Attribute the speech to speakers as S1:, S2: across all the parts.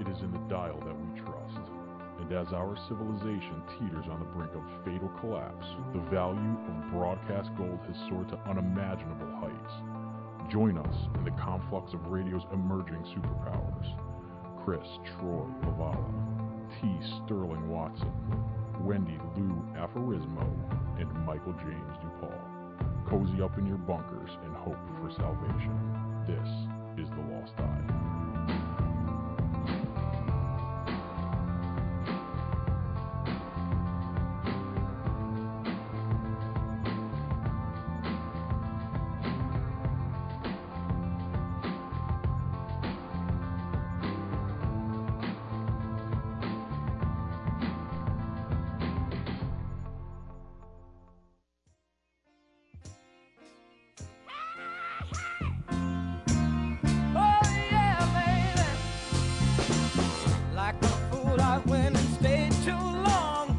S1: It is in the dial that we trust. And as our civilization teeters on the brink of fatal collapse, the value of broadcast gold has soared to unimaginable heights. Join us in the conflux of radio's emerging superpowers. Chris Troy Pavala, T. Sterling Watson, Wendy Lou Aforismo, and Michael James DuPaul. Cozy up in your bunkers and hope for salvation. This is The Lost Eye.
S2: Oh yeah, baby. Like a fool, I went and stayed too long.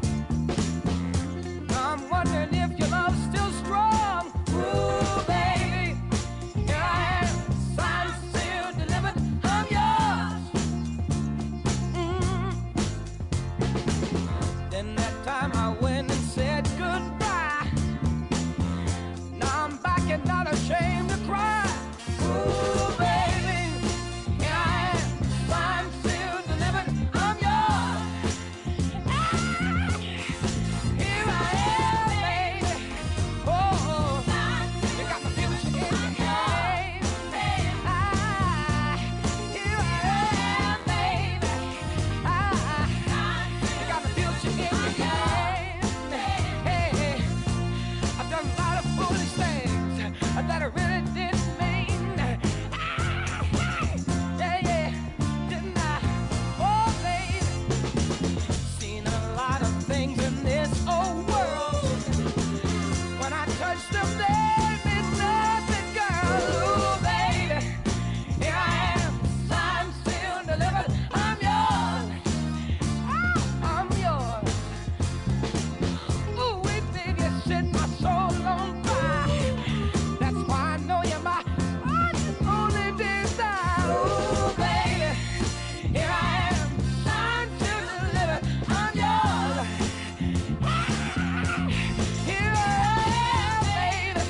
S2: I'm wondering if your love's still strong. Ooh, baby, yeah, signed, sealed, delivered, I'm yours. Mm. Then that time I went and said goodbye. Now I'm back and not ashamed to cry. Ooh, baby, yeah, signed, sealed, delivered, I'm yours. Ah, Here I am, baby. Oh, oh. you got my feeling shaking, baby. Ah, here I am, baby. Ah, you got my feeling shaking, baby. Hey. I've done a lot of foolish things that I really didn't mean. Ah, Yeah, yeah, didn't I? Oh, babe. Seen a lot of things in this old world. When I touch them, they mean nothing, girl. Ooh, baby. Here I am. Signed, sealed, delivered. I'm yours. Ah, I'm yours. Ooh, wee, baby, you set my soul on fire. That's why I know you're my only desire. Ooh, baby, here I am, signed, sealed, and delivered. I'm yours. Here I am, baby.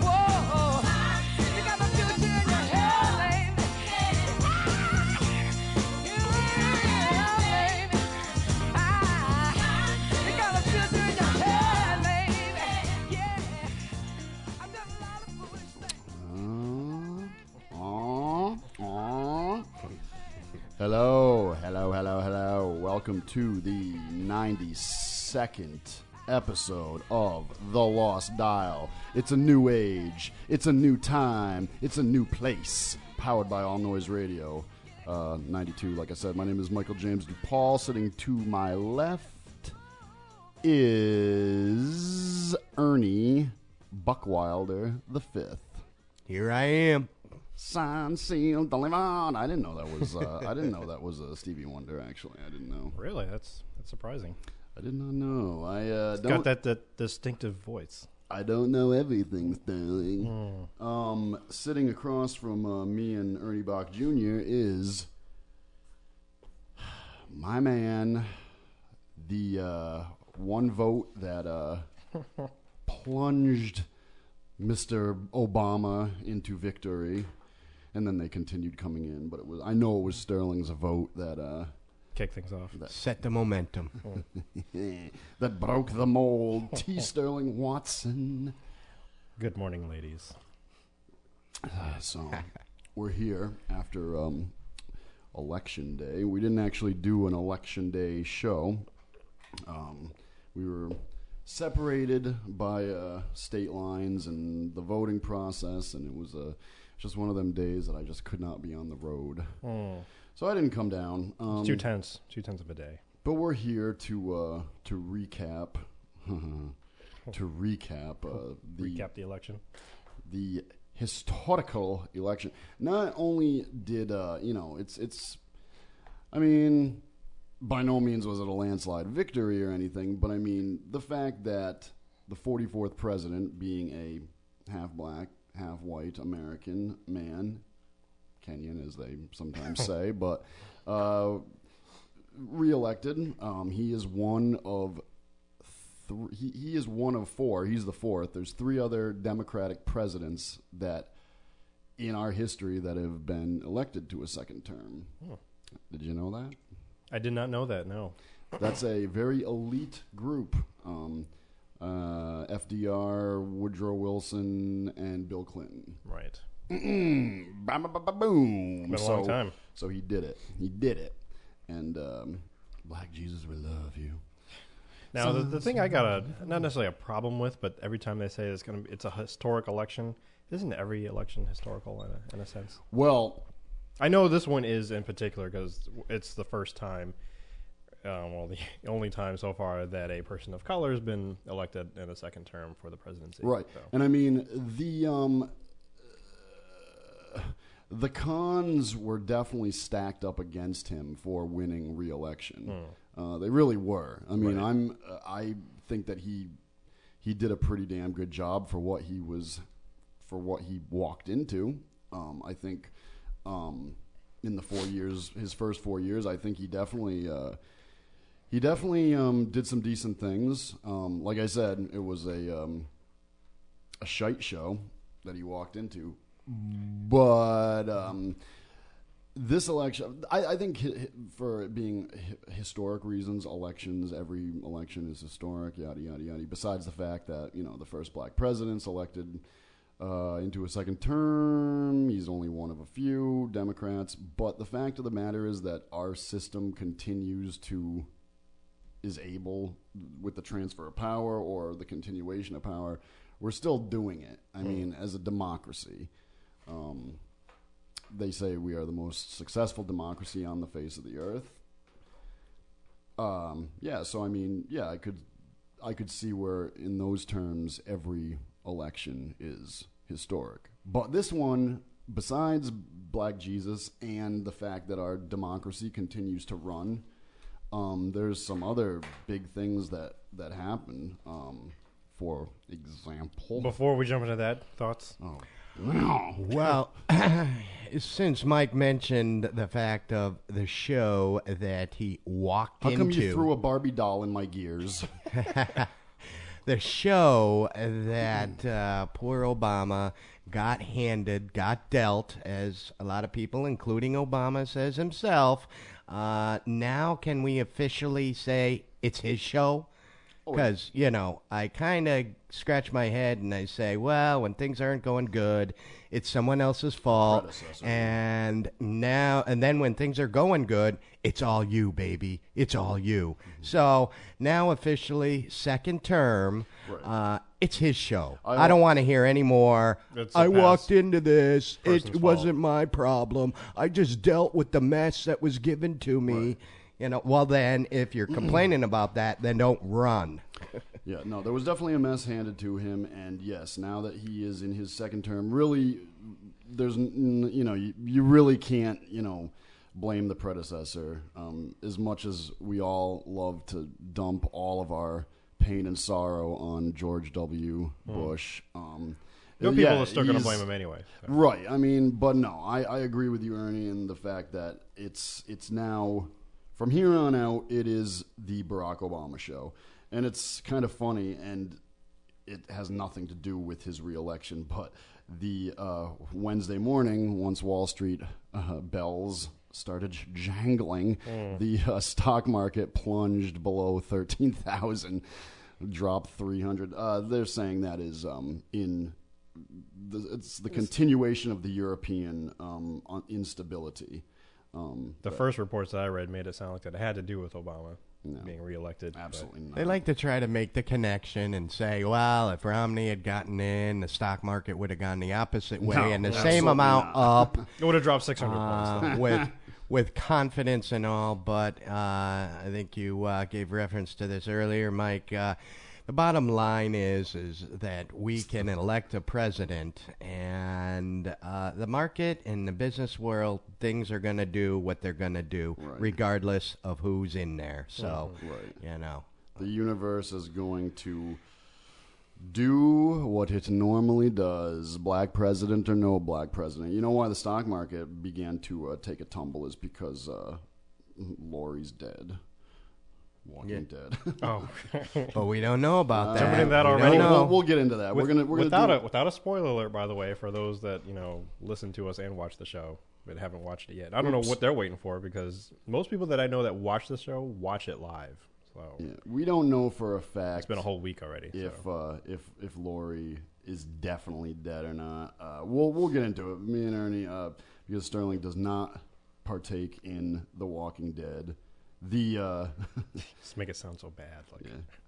S2: Whoa, you got my future in your hands, baby. Here I am, baby. You got a filter in your hair, baby. Yeah. I've done a lot of foolish things.
S3: Aw, aw. Hello, hello, hello, hello. Welcome to the 92nd episode of The Lost Dial. It's a new age, it's a new time, it's a new place, powered by All Noise Radio. Uh, 92, like I said, my name is Michael James DuPaul. Sitting to my left is Ernie Buckwilder the fifth.
S4: Here I am.
S3: Sign, seal, deliver. I didn't know that was. Uh, I didn't know that was a Stevie Wonder. Actually, I didn't know.
S4: Really? That's that's surprising.
S3: I did not know. I uh, don't.
S4: Got that, that distinctive voice.
S3: I don't know everything, darling. Um, sitting across from uh, me and Ernie Bach Jr. is my man, the uh, one vote that uh, plunged Mr. Obama into victory, and then they continued coming in. But it was I know it was Sterling's vote that uh,
S4: Kick things off.
S5: Set the momentum.
S3: that broke the mold. T. Sterling Watson.
S4: Good morning, ladies.
S3: Uh, So we're here after um, election day. We didn't actually do an election day show. Um, we were separated by uh, state lines and the voting process, and it was a just one of them days that I just could not be on the road. So I didn't come down. Um,
S4: Two tenths. Two tenths of a day.
S3: but we're here to uh, to recap. to recap uh, the
S4: Recap the election.
S3: the historical election. Not only did uh, you know, it's it's I mean, by no means was it a landslide victory or anything, but I mean, the fact that the 44th president, being a half black, half white American man, Kenyan as they sometimes say, but uh, reelected, um, he is one of three, he, he is one of four. He's the fourth. There's three other Democratic presidents that in our history that have been elected to a second term. Did you know that?
S4: I did not know that. No.
S3: That's a very elite group. Um, uh, FDR, Woodrow Wilson, and Bill Clinton.
S4: Right.
S3: Bam, ba, ba, boom.
S4: Been a
S3: so,
S4: long time.
S3: So he did it. He did it. And um, Black Jesus, we love you.
S4: Now the, the thing I got a not necessarily a problem with, but every time they say it's going to it's a historic election, isn't every election historical in a, in a sense?
S3: Well,
S4: I know this one is in particular because it's the first time, um, well, the only time so far that a person of color has been elected in a second term for the presidency.
S3: Right.
S4: So,
S3: And I mean the um uh, the cons were definitely stacked up against him for winning re-election. Uh, they really were. I mean, I'm uh, I think that he he did a pretty damn good job for what he was for what he walked into. Um, I think um, in the four years, his first four years, I think he definitely uh, he definitely um, did some decent things. Um, like I said, it was a um, a shite show that he walked into. But um, this election, I, I think, hi- hi- for it being hi- historic reasons, elections, every election is historic, yada yada yada. Besides the fact that you know the first black president's elected uh, into a second term, he's only one of a few Democrats. But the fact of the matter is that our system continues to is able with the transfer of power or the continuation of power, we're still doing it. I mean, as a democracy, um, they say we are the most successful democracy on the face of the earth. Um, yeah, so I mean, yeah, I could, I could see where in those terms every election is historic, but this one. Besides Black Jesus and the fact that our democracy continues to run, um, there's some other big things that that happen. Um, for example,
S4: Before we jump into that, thoughts?
S3: Uh, wow,
S5: Well, since Mike mentioned the fact of the show that he walked
S3: how
S5: into,
S3: come you threw a Barbie doll in my gears?
S5: the show that uh, poor Obama got handed, got dealt, as a lot of people, including Obama, says himself. Uh, now, can we officially say it's his show?
S3: Oh,
S5: Because, you know, I kind of scratch my head and I say, well, when things aren't going good, it's someone else's fault.
S3: Predecessor.
S5: And now, and then when things are going good, it's all you, baby. It's all you. So now, officially, second term, uh, it's his show. I, don't want to hear any more.
S4: It's a
S5: I walked
S4: past
S5: into this. It
S4: person's
S5: wasn't my problem. I just dealt with the mess that was given to me. You know, well, then, if you're complaining about that, then don't run.
S3: yeah, no, there was definitely a mess handed to him, and yes, now that he is in his second term, really, there's n- n- you know you, you really can't you know blame the predecessor. Um, as much as we all love to dump all of our pain and sorrow on George W. Bush, um,
S4: Hmm. No people
S3: yeah,
S4: are still going to
S3: he's-
S4: blame him anyway. so.
S3: Right. I mean, but no, I, I agree with you, Ernie, in the fact that it's it's now from here on out it is the Barack Obama show, and it's kind of funny, and it has nothing to do with his reelection, but the uh, Wednesday morning, once Wall Street uh, bells started j- jangling, the uh, stock market plunged below thirteen thousand, dropped three hundred. Uh, they're saying that is um, in the, it's the continuation of the European um, on- instability. Um,
S4: The first reports that I read made it sound like that it had to do with Obama being reelected. but-
S3: absolutely not.
S5: They like to try to make the connection and say, well, if Romney had gotten in, the stock market would have gone the opposite way
S3: No,
S5: and the same
S3: absolutely
S5: amount up
S4: It would have dropped 600 points.
S5: uh, with with confidence and all. But uh, I think you uh, gave reference to this earlier, Mike. Uh, the bottom line is is that we can elect a president, and uh, the market and the business world, things are going to do what they're going to do, regardless of who's in there. So,
S3: Right.
S5: you know,
S3: The universe is going to do what it normally does, black president or no black president. You know why the stock market began to uh, take a tumble is because uh, Lori's dead. Walking Dead.
S4: Oh,
S5: but we don't know about that.
S4: Somebody that
S5: We don't
S4: already-
S3: We'll-
S5: know.
S3: We'll, we'll get into that.
S4: With-
S3: we're gonna we're
S4: without
S3: gonna
S4: a without a spoiler alert, by the way, for those that you know listen to us and watch the show but haven't watched it yet. I don't know what they're waiting for because most people that I know that watch the show watch it live. So
S3: do, We don't know for a fact.
S4: it's been a whole week already.
S3: if
S4: so.
S3: uh, if if Lori is definitely dead or not. Uh, we'll we'll get into it. Me and Ernie, uh, because Sterling does not partake in The Walking Dead. The uh,
S4: Just make it sound so bad. Like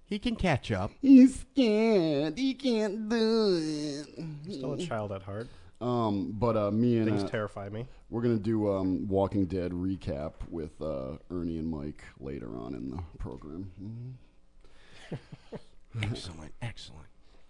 S5: He can catch up.
S3: he's scared. He can't do it.
S4: still a child at heart.
S3: Um, but uh, me and
S4: Things
S3: uh,
S4: terrify me.
S3: we're gonna do um Walking Dead recap with uh, Ernie and Mike later on in the program. Mm-hmm.
S5: Excellent, excellent.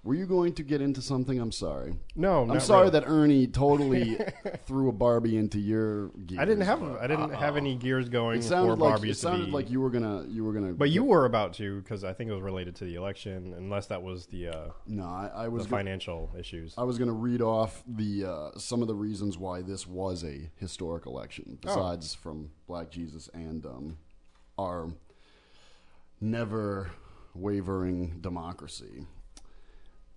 S3: Were you going to get into something? I'm sorry.
S4: No,
S3: I'm sorry that Ernie totally threw a Barbie into your gear.
S4: I didn't have I didn't have any gears going
S3: Uh-uh. It
S4: for
S3: sounded like
S4: Barbie
S3: it sounded like you were gonna you were gonna.
S4: but you were about to because I think it was related to the election, unless that was the uh,
S3: no, I, I
S4: the
S3: was Uh, gonna,
S4: financial issues.
S3: I was gonna read off the uh, some of the reasons why this was a historic election,
S4: Oh.
S3: besides from Black Jesus and um, our never wavering democracy.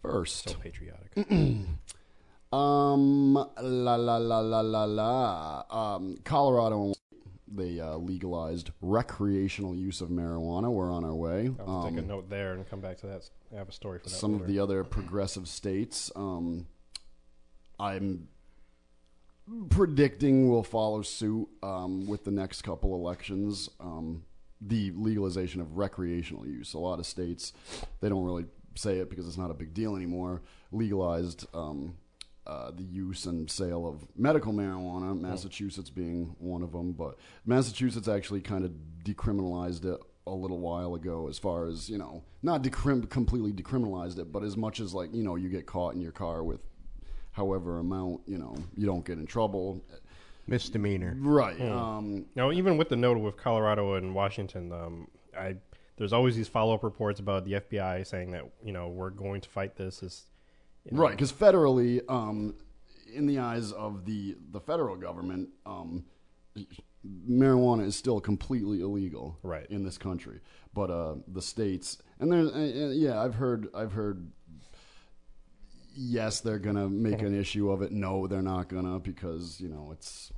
S3: First,
S4: so patriotic.
S3: Um, la la la la la la. Um, Colorado, they uh, legalized recreational use of marijuana. We're on our way.
S4: I'll
S3: Um,
S4: take a note there and come back to that. I have a story for that.
S3: some of
S4: later.
S3: the other progressive states, um, I'm predicting will follow suit um, with the next couple elections. Um, the legalization of recreational use. A lot of states, they don't really say it because it's not a big deal anymore. Legalized um, uh, the use and sale of medical marijuana. Massachusetts being one of them, but Massachusetts actually kind of decriminalized it a little while ago as far as you know not decrim- completely decriminalized it but as much as like you know you get caught in your car with however amount you know you don't get in trouble
S5: Misdemeanor.
S3: right um
S4: now, even with the note with Colorado and Washington, um, I there's always these follow up reports about the FBI saying that you know we're going to fight this. Is
S3: right because federally um in the eyes of the the federal government um marijuana is still completely illegal
S4: Right.
S3: in this country but uh the states and there's uh, uh, yeah i've heard i've heard yes they're gonna make an issue of it no they're not gonna because you know it's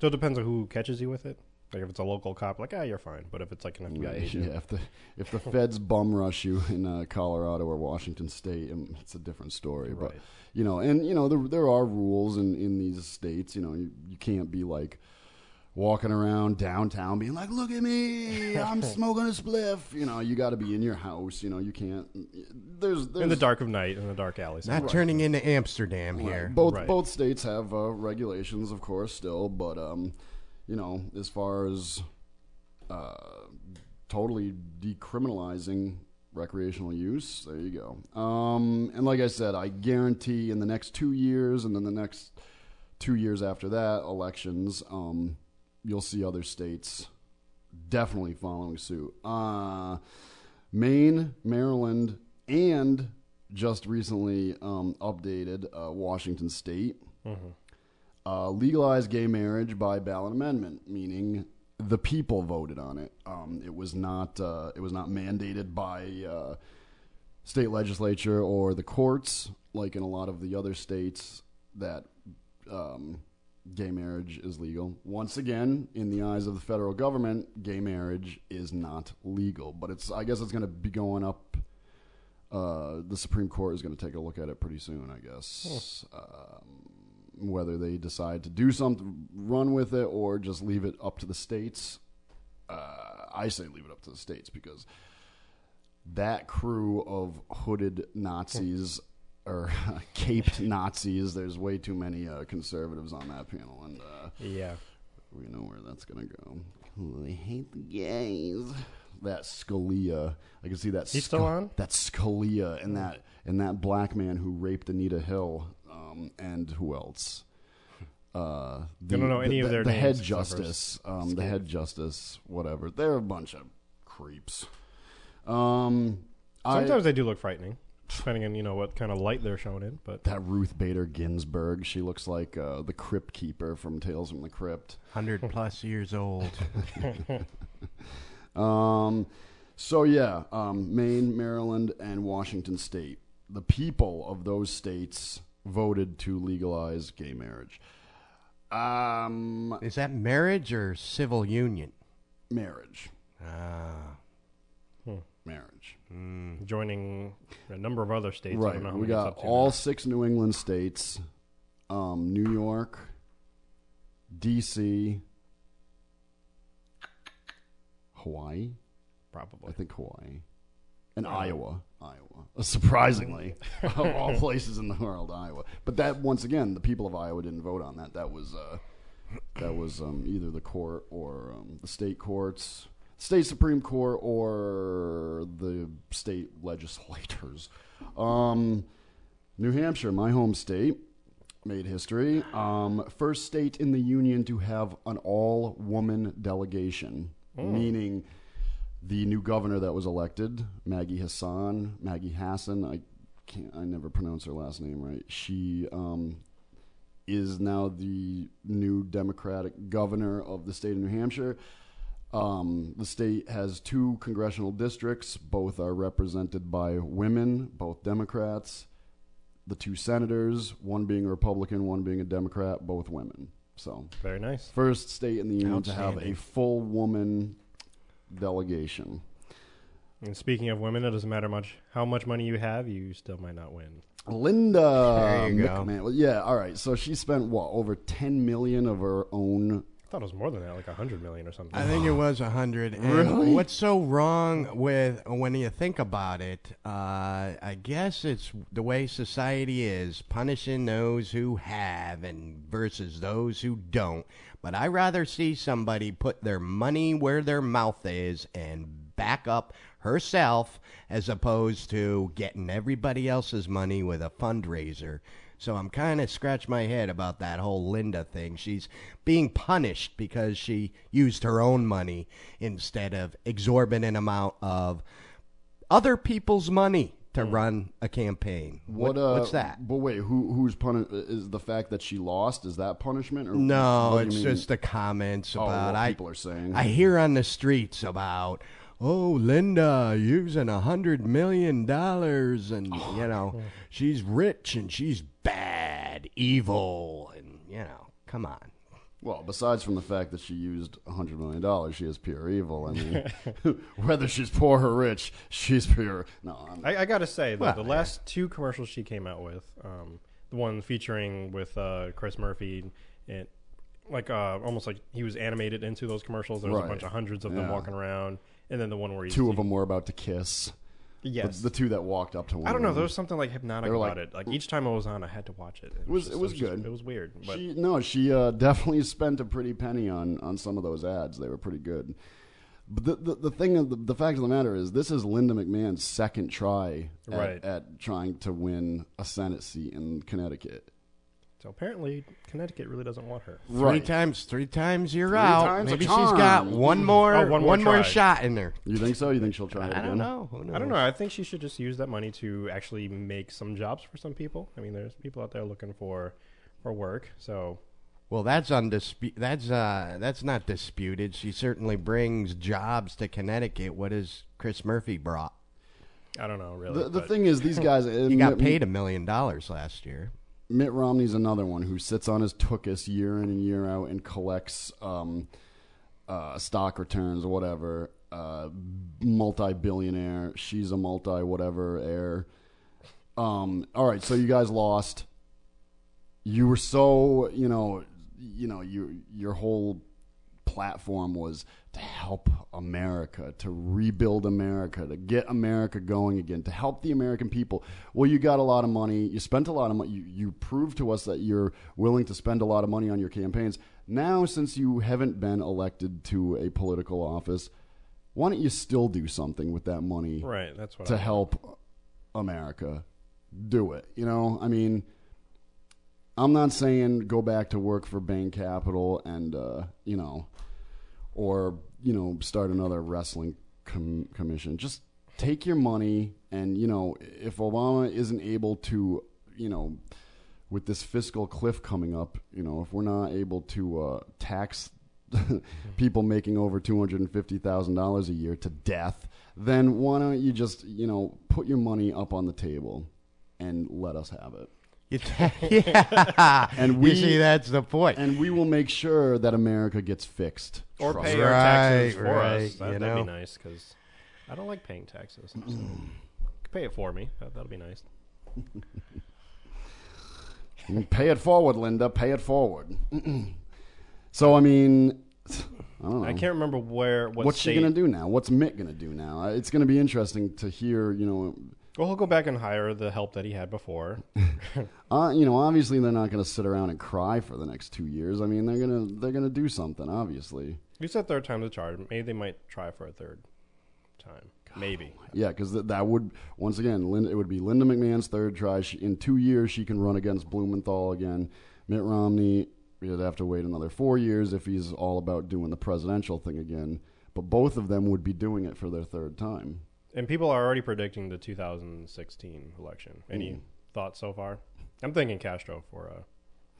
S4: so it depends on who catches you with it. Like if it's a local cop, like ah, you're fine. But if it's like an FBI agent,
S3: Mm, Yeah, if the if the feds bum rush you in uh, Colorado or Washington State, um, it's a different story. But you know, and you know, there there are rules in in these states. You know, you, you can't be like walking around downtown being like, "Look at me, I'm smoking a spliff." You know, you got to be in your house. You know, you can't. There's there's
S4: in the dark of night in the dark alleys.
S5: Not turning into Amsterdam here.
S3: both
S4: Right.
S3: both states have uh, regulations, of course, still, but um, you know, as far as uh, totally decriminalizing recreational use, there you go. Um, and like I said, I guarantee in the next two years, and then the next two years after that, elections, um, you'll see other states definitely following suit. Uh, Maine, Maryland, and just recently um, updated uh, Washington State uh, legalized gay marriage by ballot amendment, meaning the people voted on it. Um, it was not uh, it was not mandated by uh, state legislature or the courts, like in a lot of the other states that um, gay marriage is legal. Once again, in the eyes of the federal government, gay marriage is not legal. But it's I guess it's going to be going up. Uh, the Supreme Court is going to take a look at it pretty soon, I guess. Um, whether they decide to do something, run with it, or just leave it up to the states. Uh, I say leave it up to the states because that crew of hooded Nazis or caped Nazis. There's way too many uh, conservatives on that panel, and uh,
S4: yeah,
S3: we know where that's gonna go. Oh, they hate the gays. that Scalia. I can see that
S4: He's still on?
S3: that Scalia
S4: Mm.
S3: and that and that black man who raped Anita Hill um, and who else? Uh, the,
S4: don't know any
S3: the,
S4: of their
S3: the head
S4: names, it's not first.
S3: justice, um, the head justice, whatever. They're a bunch of creeps. Um, I,
S4: Sometimes they do look frightening, depending on you know what kind of light they're shown in. But
S3: that Ruth Bader Ginsburg, she looks like uh, the Crypt Keeper from Tales from the Crypt.
S5: 100 plus years old.
S3: Um, so yeah, um, Maine, Maryland, and Washington State. The people of those states voted to legalize gay marriage. Um,
S5: Is that marriage or civil union?
S3: marriage,
S5: Ah.
S3: marriage.
S4: joining a number of other states, I
S3: Right.
S4: don't know how
S3: We
S4: many it's
S3: got
S4: up to
S3: all
S4: now.
S3: six New England states, um, New York, D.C., Hawaii. I
S4: probably.
S3: think Hawaii and Iowa. Iowa, surprisingly, of all places in the world, Iowa. But that once again, the people of Iowa didn't vote on that. That was uh, that was um, either the court or um, the state courts, state supreme court, or the state legislators. Um, New Hampshire, my home state. Made history. Um, first state in the union to have an all woman delegation, meaning the new governor that was elected, Maggie Hassan, Maggie Hassan, I can't, I never pronounce her last name right. She um, is now the new Democratic governor of the state of New Hampshire. Um, the state has two congressional districts. Both are represented by women, both Democrats. The two senators, one being a Republican, one being a Democrat, both women. So
S4: Very nice.
S3: first state in the union to have a
S5: Outstanding.
S3: full woman delegation.
S4: And speaking of women, it doesn't matter much how much money you have, you still might not win.
S3: Linda
S5: There you go.
S3: McMahon. Well, yeah, all right. So she spent what over ten million of her own.
S4: I thought it was more than that, like a hundred million or something.
S5: I think it was a hundred. And
S3: Really?
S5: What's so wrong with when you think about it? Uh, I guess it's the way society is punishing those who have and versus those who don't. But I rather see somebody put their money where their mouth is and back up herself as opposed to getting everybody else's money with a fundraiser. So I'm kind of scratch my head about that whole Linda thing. She's being punished because she used her own money instead of exorbitant amount of other people's money to run a campaign.
S3: Mm. What, uh,
S5: what's that?
S3: But wait, who who's pun? Is the fact that she lost is that punishment? Or
S5: No,
S3: what do you
S5: it's
S3: mean?
S5: just the comments
S3: oh,
S5: about
S3: what
S5: I
S3: people are saying.
S5: I hear on the streets about oh Linda using a hundred million dollars and
S3: Oh,
S5: you know she's rich and she's bad, evil and you know come on.
S3: well, besides from the fact that she used hundred million dollars, she is pure evil. I mean, whether she's poor or rich, she's pure. No, I'm,
S4: I, I gotta say, the,
S5: Well,
S4: the last two commercials she came out with, um, the one featuring with uh, Chris Murphy, and like uh, almost like he was animated into those commercials. There was
S3: Right.
S4: a bunch of hundreds of
S3: Yeah.
S4: them walking around, and then the one where he's
S3: two of them were about to kiss.
S4: Yes,
S3: The two that walked up to one.
S4: I don't know.
S3: another.
S4: There was something like hypnotic
S3: were
S4: about
S3: like-
S4: it. Like each time I was on, I had to watch it. It
S3: was- it
S4: just-
S3: was
S4: just-
S3: good.
S4: it was weird, but
S3: She, no, she uh, definitely spent a pretty penny on, on some of those ads. They were pretty good. But the, the, the thing, of the, the fact of the matter is, this is Linda McMahon's second try at,
S4: Right.
S3: at trying to win a Senate seat in Connecticut.
S4: so apparently Connecticut really doesn't want her.
S5: Three times, three times you're out.
S3: times a
S5: Maybe she's got
S3: charm.
S5: one more,
S4: Oh, one
S5: one
S4: more
S5: more,
S4: try.
S5: shot in her.
S3: You think so? You think she'll try it
S5: I
S3: again?
S5: don't know. Who knows?
S4: I don't know. I think she should just use that money to actually make some jobs for some people. I mean, there's people out there looking for for work. So
S5: Well, that's undisputed. That's uh, that's not disputed. She certainly brings jobs to Connecticut. What has Chris Murphy brought?
S4: I don't know really.
S3: The, the
S4: but
S3: thing is, these guys. uh,
S5: He got paid a million dollars last year.
S3: Mitt Romney's another one who sits on his tuchus year in and year out and collects um, uh, stock returns or whatever. Uh, multi billionaire. She's a multi whatever heir. Um, all right, so you guys lost. You were so you know you know your your whole platform was to help America, to rebuild America, to get America going again, to help the American people. Well, you got a lot of money. You spent a lot of money. You, you proved to us that you're willing to spend a lot of money on your campaigns. Now, since you haven't been elected to a political office, why don't you still do something with that money
S4: Right. That's what.
S3: to
S4: I,
S3: help America do it. You know, I mean, I'm not saying go back to work for Bain Capital and, uh, you know, or, you know, start another wrestling com- commission. Just take your money and, you know, if Obama isn't able to, you know, with this fiscal cliff coming up, you know, if we're not able to uh, tax people making over two hundred and fifty thousand dollars a year to death, then why don't you just, you know, put your money up on the table and let us have it,
S5: You ta- yeah.
S3: And
S5: You
S3: we-
S5: see that's the point.
S3: and we will make sure that America gets fixed.
S4: or
S3: Trust
S4: pay
S3: me.
S4: our taxes
S5: Right,
S4: for
S5: right,
S4: us. That,
S5: you
S4: would be
S5: know.
S4: nice because I don't like paying taxes. So pay it for me. That, that'll be nice.
S3: pay it forward, Linda. Pay it forward. so I mean, I don't know.
S4: I can't remember where. What
S3: Hmm. What's
S4: state,
S3: she gonna do now? What's Mitt gonna do now? It's gonna be interesting to hear. You know,
S4: Well, he'll go back and hire the help that he had before.
S3: Uh, you know, obviously they're not going to sit around and cry for the next two years. I mean, they're gonna they're gonna do something. Obviously,
S4: You said third time's a charm. Maybe they might try for a third time. Maybe.
S3: yeah, because th- that would once again, Linda, it would be Linda McMahon's third try. She, in two years, she can run against Blumenthal again. Mitt Romney, he'd have to wait another four years if he's all about doing the presidential thing again. But both of them would be doing it for their third time.
S4: And people are already predicting the 2016 election. Any thoughts so far? I'm thinking Castro for a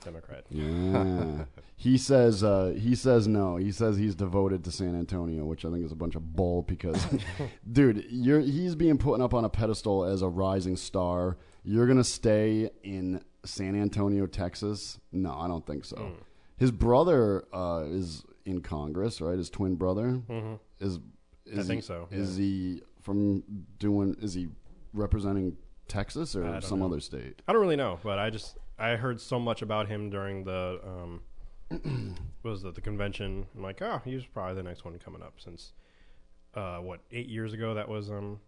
S4: Democrat.
S3: Yeah. he says uh, he says no. He says he's devoted to San Antonio, which I think is a bunch of bull because dude, you're he's being put up on a pedestal as a rising star. You're going to stay in San Antonio, Texas? No, I don't think so.
S4: Hmm.
S3: His brother uh, is in Congress, right? His twin brother is, is
S4: Mm-hmm. think
S3: he-
S4: so,
S3: Is he from doing is he representing Texas or some other state?
S4: I don't really know, but I just I heard so much about him during the um, what was it the convention? I'm like, oh, he's probably the next one coming up since uh, what eight years ago that was um,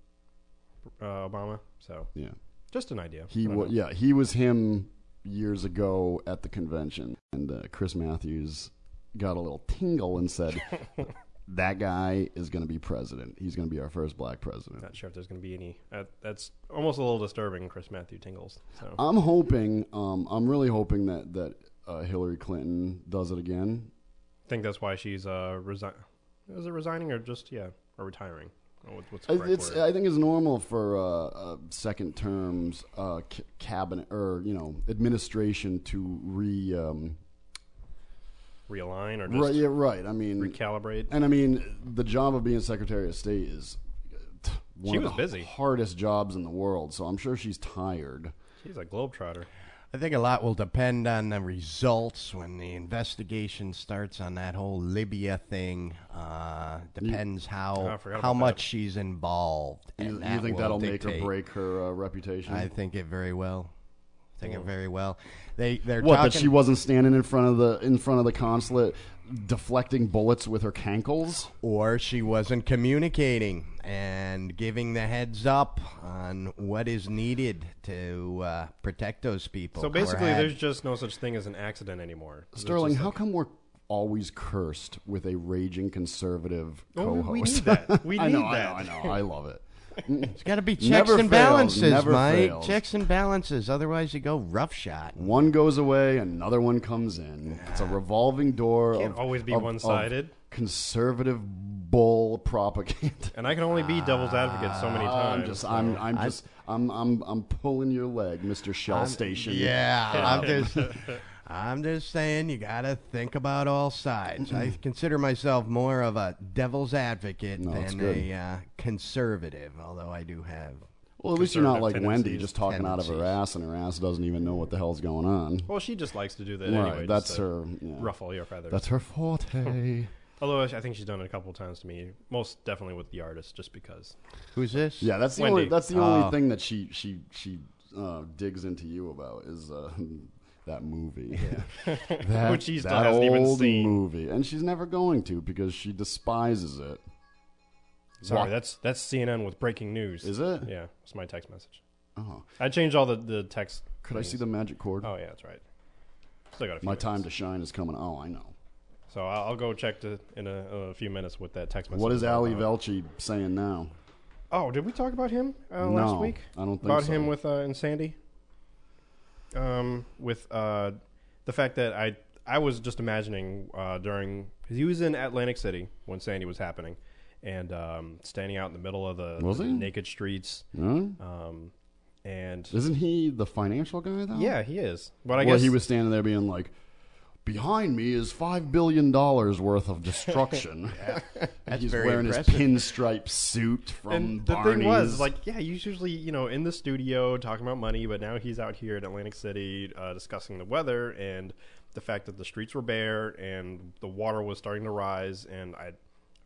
S4: uh, Obama. So
S3: Yeah.
S4: just an idea. I
S3: He
S4: don't
S3: was,
S4: know.
S3: yeah, he was him years ago at the convention, and uh, Chris Matthews got a little tingle and said, "That guy is going to be president. He's going to be our first black president."
S4: Not sure if there's going to be any. Uh, that's almost a little disturbing. Chris Matthew tingles. So
S3: I'm hoping, um, I'm really hoping that that uh, Hillary Clinton does it again.
S4: I think that's why she's uh resign. Is it resigning or just yeah or retiring? Oh, what- what's the correct
S3: Uh, It's,
S4: word?
S3: I think it's normal for uh, uh, second terms uh, c- cabinet or you know administration to re um,
S4: Realign or just
S3: right yeah Uh, right. I mean
S4: recalibrate?
S3: And I mean, the job of being Secretary of State is uh, one
S4: She
S3: of
S4: was
S3: the
S4: busy.
S3: hardest jobs in the world. So I'm sure she's tired.
S4: She's a globetrotter.
S5: I think a lot will depend on the results when the investigation starts on that whole Libya thing. Uh,
S3: Mm.
S5: depends
S4: Oh, I
S5: how
S4: forgot
S5: how
S4: about
S5: much
S4: that.
S5: she's involved. And
S3: You, you
S5: that
S3: think
S5: will
S3: that'll make
S5: dictate.
S3: or break her uh, reputation?
S5: I think it very well. I think it very well. They they're
S3: Oh. what
S5: talking.
S3: that she wasn't standing in front of the in front of the consulate, deflecting bullets with her cankles.
S5: or she wasn't communicating and giving the heads up on what is needed to uh, protect those people.
S4: So
S5: or
S4: basically,
S5: had-
S4: there's just no such thing as an accident anymore. There's
S3: Sterling,
S4: just
S3: how come we're always cursed with a raging conservative
S4: Oh, we-
S3: co-host?
S4: we need that. We
S3: I know,
S4: need that.
S3: I know, I know. I love it.
S5: It's got to be checks
S3: Never
S5: and
S3: fails,
S5: balances,
S3: never
S5: Mike.
S3: fails.
S5: Checks and balances. Otherwise, you go roughshod.
S3: One goes away, another one comes in. It's a revolving door.
S4: Can't
S3: of-
S4: always be
S3: of- of
S4: one-sided.
S3: Conservative bull propaganda.
S4: and I can only be devil's advocate so many times.
S3: Uh, I'm just, I'm, I'm just, I'm, I'm, I'm pulling your leg, Mister Shell Station.
S5: Yeah, I'm just, I'm just saying you got to think about all sides. I consider myself more of a devil's advocate
S3: No, that's
S5: than
S3: good.
S5: a uh, conservative, although I do have.
S3: Well, at least you're not like
S4: Conservative
S3: Wendy,
S4: tendencies.
S3: just talking out of her
S5: Tendencies.
S3: ass, and her ass doesn't even know what the hell's going on.
S4: well, she just likes to do that
S3: Right,
S4: anyway. just
S3: that's
S4: to
S3: her. yeah.
S4: Ruffle your feathers.
S3: That's her forte.
S4: Although I I think she's done it a couple times to me, most definitely with the artist, just because.
S5: Who's this?
S3: yeah, that's the
S4: Wendy.
S3: only. That's the only thing that she she she uh, digs into you about is uh, that movie. that,
S4: Which she still
S3: that
S4: hasn't even
S3: old
S4: seen.
S3: movie, and she's never going to because she despises it.
S4: Sorry,
S3: Wha-
S4: that's that's CNN with breaking news.
S3: Is it?
S4: Yeah, it's my text message.
S3: Oh.
S4: I changed all the the text.
S3: Could I see the magic cord?
S4: Oh yeah, that's right. Still got a few
S3: My time
S4: minutes.
S3: to shine is coming. Oh, I know.
S4: So I'll, I'll go check to, in a, a few minutes with that text message.
S3: What is Ali
S4: Uh,
S3: Velci saying now?
S4: Oh, did we talk about him uh, last
S3: No,
S4: week?
S3: I don't think
S4: about
S3: so.
S4: him with uh, and Sandy. Um, with uh, the fact that I I was just imagining uh, during 'cause he was in Atlantic City when Sandy was happening, and um, standing out in the middle of the,
S3: Was
S4: the
S3: he?
S4: naked streets,
S3: Huh?
S4: um, and
S3: Isn't he the financial guy though?
S4: yeah, he is. But I
S3: Well,
S4: guess
S3: he was standing there being like, "Behind me is five billion dollars worth of destruction."
S5: That's
S3: He's
S5: very
S3: wearing
S5: impressive.
S3: his pinstripe suit from
S4: And the
S3: Um, Barney's.
S4: thing was, like, yeah, he's usually you know in the studio talking about money, but now he's out here in Atlantic City uh, discussing the weather and the fact that the streets were bare and the water was starting to rise. And I,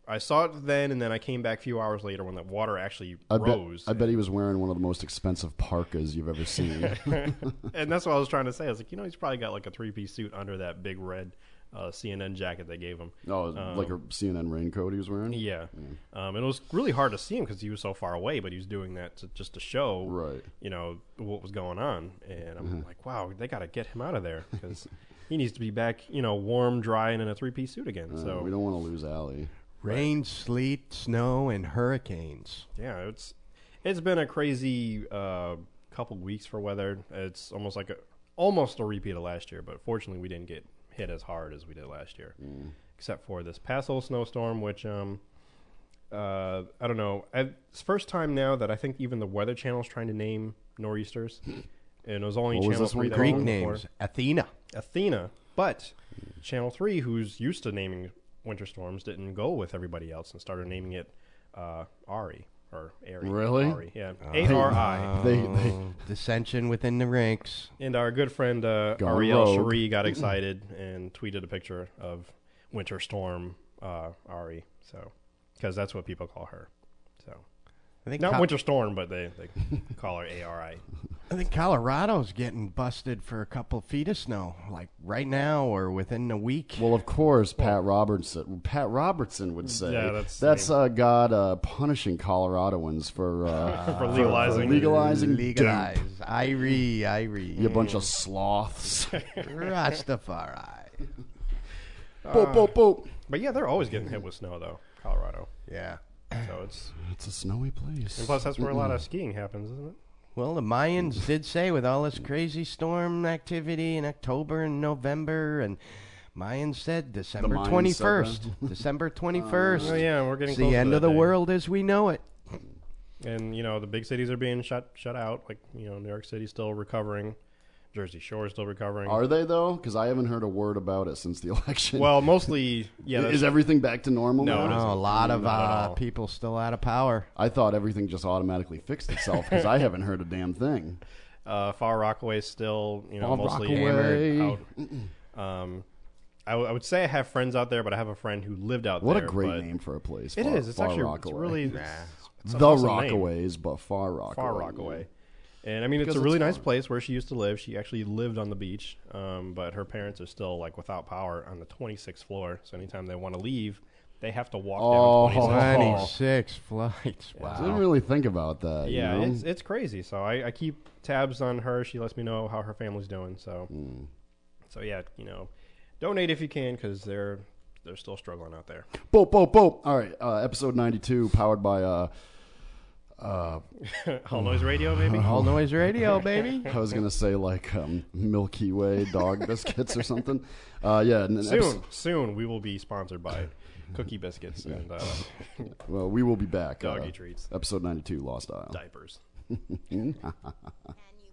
S4: I saw it then, and then I came back a few hours later when the water actually
S3: I bet,
S4: rose.
S3: I bet he was wearing one of the most expensive parkas you've ever seen.
S4: and that's what I was trying to say. I was like, you know, he's probably got like a three piece suit under that big red uh, CNN jacket they gave him.
S3: oh, like a CNN raincoat he was wearing.
S4: Yeah, Um, and it was really hard to see him because he was so far away, but he was doing that to, just to show,
S3: Right.
S4: You know what was going on, and I'm like, wow, they got to get him out of there because he needs to be back, you know, warm, dry, and in a three piece suit again.
S3: Uh,
S4: so
S3: we don't want to lose Ali.
S5: Rain, sleet, snow, and hurricanes.
S4: yeah, it's it's been a crazy uh, couple weeks for weather. It's almost like a almost a repeat of last year, but fortunately we didn't get hit as hard as we did last year,
S3: Mm.
S4: except for this past little snowstorm, which um, uh, I don't know. I, it's first time now that I think even the Weather Channel's trying to name nor'easters, and it was only
S3: What was
S4: Channel
S3: this
S4: Three.
S3: one
S4: that
S5: Greek
S4: was before.
S5: names: Athena,
S4: Athena, but Channel Three, who's used to naming winter storms, didn't go with everybody else and started naming it uh, Ari or Ari.
S3: Really?
S4: Ari, yeah,
S3: Ah.
S4: A R I.
S3: They, they,
S5: Oh, dissension within the ranks.
S4: And our good friend uh,
S3: Gone
S4: Ariel
S3: rogue.
S4: Shari got excited and tweeted a picture of Winter Storm uh, Ari. So, because that's what people call her. So,
S5: I think
S4: not
S5: Col-
S4: Winter Storm, but they, they call her A R I.
S5: I think Colorado's getting busted for a couple feet of snow, like right now or within a week.
S3: Well, of course, Pat Robertson. Pat Robertson would say
S4: Yeah, that's-
S3: uh, God uh, punishing Coloradoans for uh,
S4: For legalizing.
S3: legalizing,
S5: legalize,
S3: dope.
S5: Irie, Irie,
S3: You bunch of sloths.
S5: Rastafari.
S3: boop, boop, boop.
S4: But yeah, they're always getting hit with snow, though, Colorado.
S5: Yeah.
S4: So it's
S3: It's a snowy place.
S4: And plus, that's where a lot of skiing happens, isn't it?
S5: Well, the Mayans did say with all this crazy storm activity in October and November, and Mayans said December
S3: Mayans said
S5: twenty first. December twenty first.
S4: Oh yeah, we're getting
S5: it's the end of the world as we know it.
S4: And you know, the big cities are being shut shut out. Like you know, New York City's still recovering, Jersey Shore is still recovering.
S3: Are they, though? Because I haven't heard a word about it since the election.
S4: well, mostly, yeah.
S3: is
S4: That's,
S3: everything back to normal
S4: No, it
S3: now?
S4: isn't.
S5: Oh, a lot of
S4: Not at
S5: uh,
S4: all.
S5: people still out of power.
S3: I thought everything just automatically fixed itself because I haven't heard a damn thing.
S4: uh, Far Rockaway's still you know
S3: Far
S4: mostly
S3: Rockaway.
S4: hammered out. Um, I, w- I would say I have friends out there, but I have a friend who lived out
S3: What
S4: there.
S3: a great
S4: but
S3: name for a place.
S4: It
S3: Far,
S4: is. It's
S3: Far
S4: actually
S3: Rockaway.
S4: It's really it's- it's an
S3: the
S4: awesome name.
S3: Rockaways, but Far Rockaway.
S4: Far Rockaway. And I mean, it's
S3: Because
S4: a really
S3: it's
S4: nice
S3: far.
S4: place where she used to live. She actually lived on the beach, um, but her parents are still like without power on the 26th floor. So anytime they want to leave, they have to walk
S3: Oh.
S4: down 26th floor.
S5: Twenty six flights. Wow.
S3: I didn't really think about that. you
S4: Yeah,
S3: know?
S4: it's it's crazy. So I, I keep tabs on her. She lets me know how her family's doing. So,
S3: Mm.
S4: so yeah, you know, donate if you can because they're they're still struggling out there.
S3: Boop, boop, boop. All right. Uh, episode 92, powered by. Uh,
S4: All noise radio, maybe.
S5: All noise radio, baby.
S3: I was going to say, like, um, Milky Way dog biscuits or something. Uh, yeah. And, and
S4: soon,
S3: episode-
S4: soon we will be sponsored by Cookie Biscuits and uh,
S3: well, we will be back.
S4: Doggy
S3: uh,
S4: treats.
S3: Episode 92, Lost Isle.
S4: diapers.
S6: Can you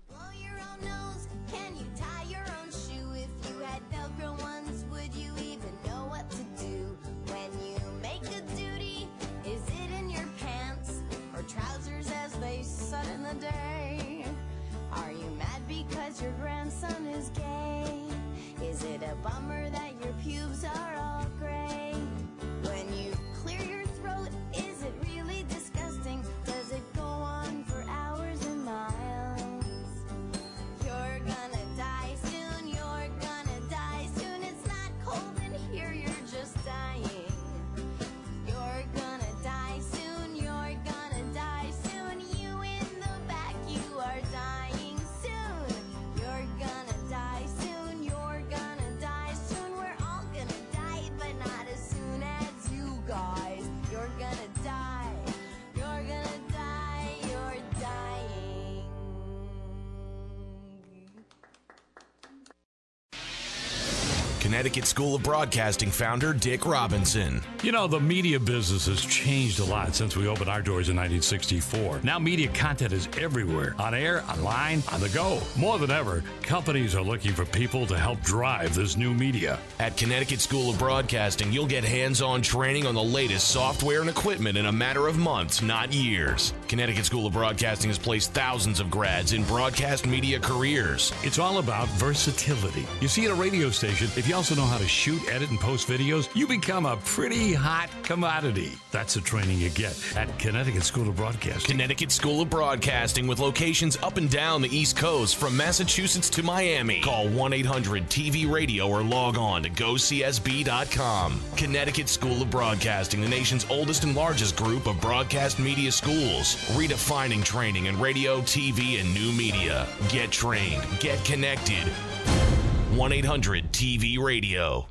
S6: blow your own nose? Can you tie your own shoe? If you had Velcro ones, would you even know what to do? When you make a duty, is it in your pants or trousers as they set in the day? Are you mad because your grandson is gay? Is it a bummer that your pubes are all gray? When you clear your throat, is it really disgusting? Does it go on for hours and miles? You're gonna die soon, you're gonna die soon. It's not cold in here, you're just dying. You're gonna die soon, you're gonna die soon. You in the back, you are dying soon. You're gonna die soon, you're gonna die soon. We're all gonna die, but
S7: Connecticut School of Broadcasting founder Dick Robinson.
S8: You know, the media business has changed a lot since we opened our doors in 1964. Now, media content is everywhere on air, online, on the go. More than ever, companies are looking for people to help drive this new media.
S7: At Connecticut School of Broadcasting, you'll get hands on training on the latest software and equipment in a matter of months, not years. Connecticut School of Broadcasting has placed thousands of grads in broadcast media careers.
S8: It's all about versatility. You see, at a radio station, if you also know how to shoot, edit, and post videos, you become a pretty hot commodity. That's the training you get at Connecticut School of Broadcasting.
S7: Connecticut School of Broadcasting with locations up and down the East Coast from Massachusetts to Miami. Call 1 800 TV Radio or log on to gocsb.com. Connecticut School of Broadcasting, the nation's oldest and largest group of broadcast media schools, redefining training in radio, TV, and new media. Get trained, get connected. 1 800 TV Radio.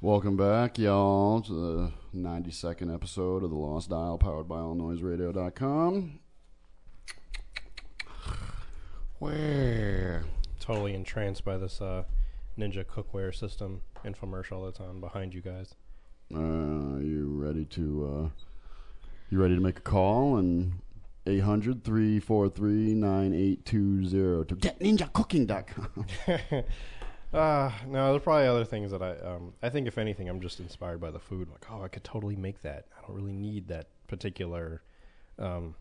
S3: Welcome back, y'all, to the 92nd episode of The Lost Dial, powered by AllNoiseRadio.com. Where?
S4: Totally entranced by this uh, Ninja cookware system infomercial that's on behind you guys.
S3: Uh, are you ready to, uh, you ready to make a call and 800 343 9820 to getninjacooking.com.
S4: Uh, no, there's probably other things that I. Um, I think if anything, I'm just inspired by the food. Like, oh, I could totally make that. I don't really need that particular. Um,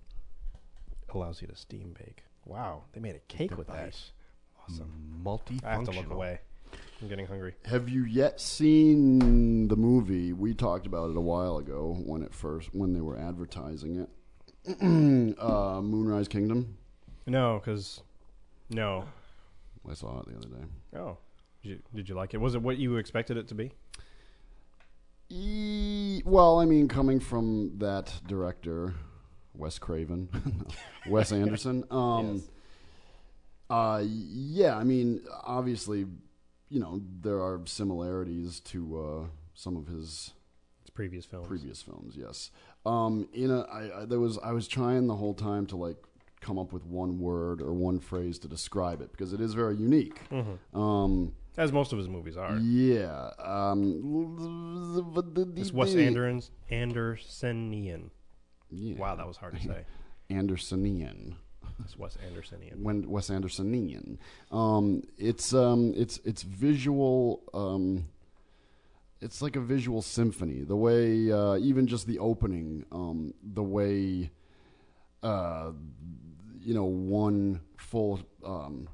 S4: allows you to steam bake. Wow, they made a cake with that. Awesome.
S5: Multifunctional.
S4: I have to look away. I'm getting hungry.
S3: Have you yet seen the movie? We talked about it a while ago when it first when they were advertising it. uh, Moonrise Kingdom.
S4: No, because no.
S3: I saw it the other day.
S4: Oh, did you, did you like it? Was it what you expected it to be?
S3: E- well, I mean, coming from that director, Wes Craven, no, Wes Anderson. Um, uh, yeah, I mean, obviously, you know, there are similarities to uh, some of his
S4: It's previous films.
S3: previous films. Yes. Um, you know, I, I there was I was trying the whole time to like come up with one word or one phrase to describe it because it is very unique.
S4: Mm-hmm.
S3: Um,
S4: As most of his movies are.
S3: yeah. Um,
S4: It's Wes Anderson. Andersonian.
S3: Yeah.
S4: Wow, that was hard to say.
S3: Andersonian.
S4: It's Wes Andersonian.
S3: When Wes Andersonian. Um, it's um, it's it's visual. Um, it's like a visual symphony. The way uh, even just the opening, um, the way uh, you know one full um,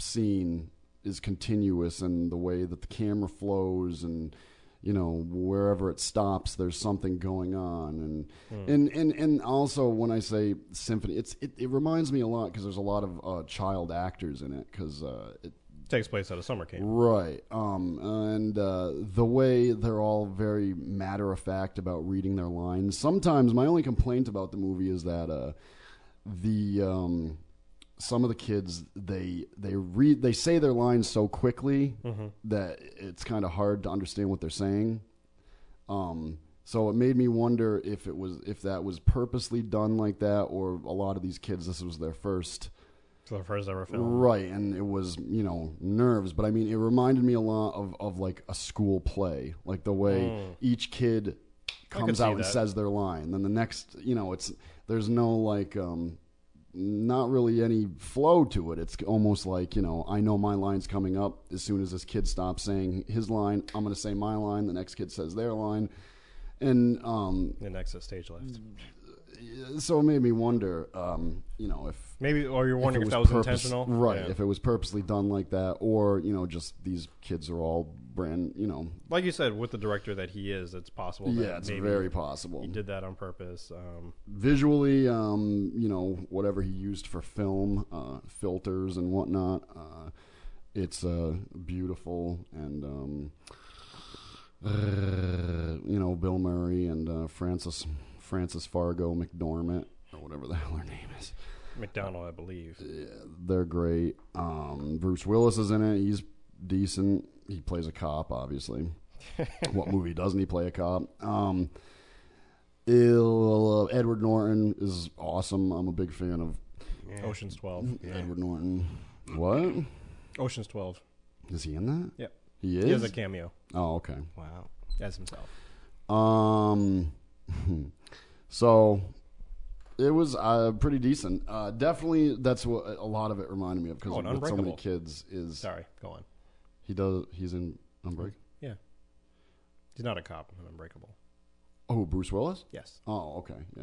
S3: scene is continuous, and the way that the camera flows and. You know, wherever it stops, there's something going on, and and, and and also when I say symphony, it's it, it reminds me a lot because there's a lot of uh, child actors in it because uh, it
S4: takes place at a summer camp.
S3: Right. Um, and uh, the way they're all very matter of fact about reading their lines. Sometimes my only complaint about the movie is that uh, the um, some of the kids they they read they say their lines so quickly that it's kind of hard to understand what they're saying. Um, so it made me wonder if it was if that was purposely done like that, or a lot of these kids this was their first.
S4: So the first ever film.
S3: Right, and it was you know nerves, but I mean it reminded me a lot of of like a school play, like the way each kid comes
S4: Hmm. see
S3: out and
S4: that.
S3: says their line, then the next you know it's there's no like um not really any flow to it. It's almost like, you know, I know my line's coming up. As soon as this kid stops saying his line, I'm going to say my line. The next kid says their line. And um,
S4: and exit stage left.
S3: Mm. so it made me wonder, um, you know, if
S4: Maybe, or you're wondering if,
S3: it
S4: that was
S3: purpose-
S4: intentional,
S3: right?
S4: Yeah.
S3: If it was purposely done like that, or you know, just these kids are all brand, you know,
S4: like you said, with the director that he is, it's possible. That
S3: yeah, it's
S4: maybe
S3: very possible.
S4: he did that on purpose. Um,
S3: Visually, um, you know, whatever he used for film uh, filters and whatnot, uh, it's uh, beautiful and. Um, uh, you know Bill Murray and uh, Francis Francis Fargo McDormand or whatever the hell her name is.
S4: McDonald, I believe.
S3: they're great. Um, Bruce Willis is in it. He's decent. He plays a cop, obviously. what movie doesn't he play a cop? Um, ill- Edward Norton is awesome. I'm a big fan of
S4: Ocean's Twelve.
S3: Edward Norton. What
S4: Ocean's Twelve.
S3: is he in that?
S4: Yep.
S3: He is.
S4: He has a cameo
S3: oh, okay.
S5: Wow.
S4: as himself.
S3: Um, so it was uh, pretty decent. Uh, definitely, that's what a lot of it reminded me of because
S4: Oh, and
S3: with so many
S4: Unbreakable.
S3: kids is
S4: Sorry, go on.
S3: he does he's in Unbreakable.
S4: Yeah, he's not a cop. in Unbreakable.
S3: Oh, Bruce Willis?
S4: Yes.
S3: Oh, okay, yeah.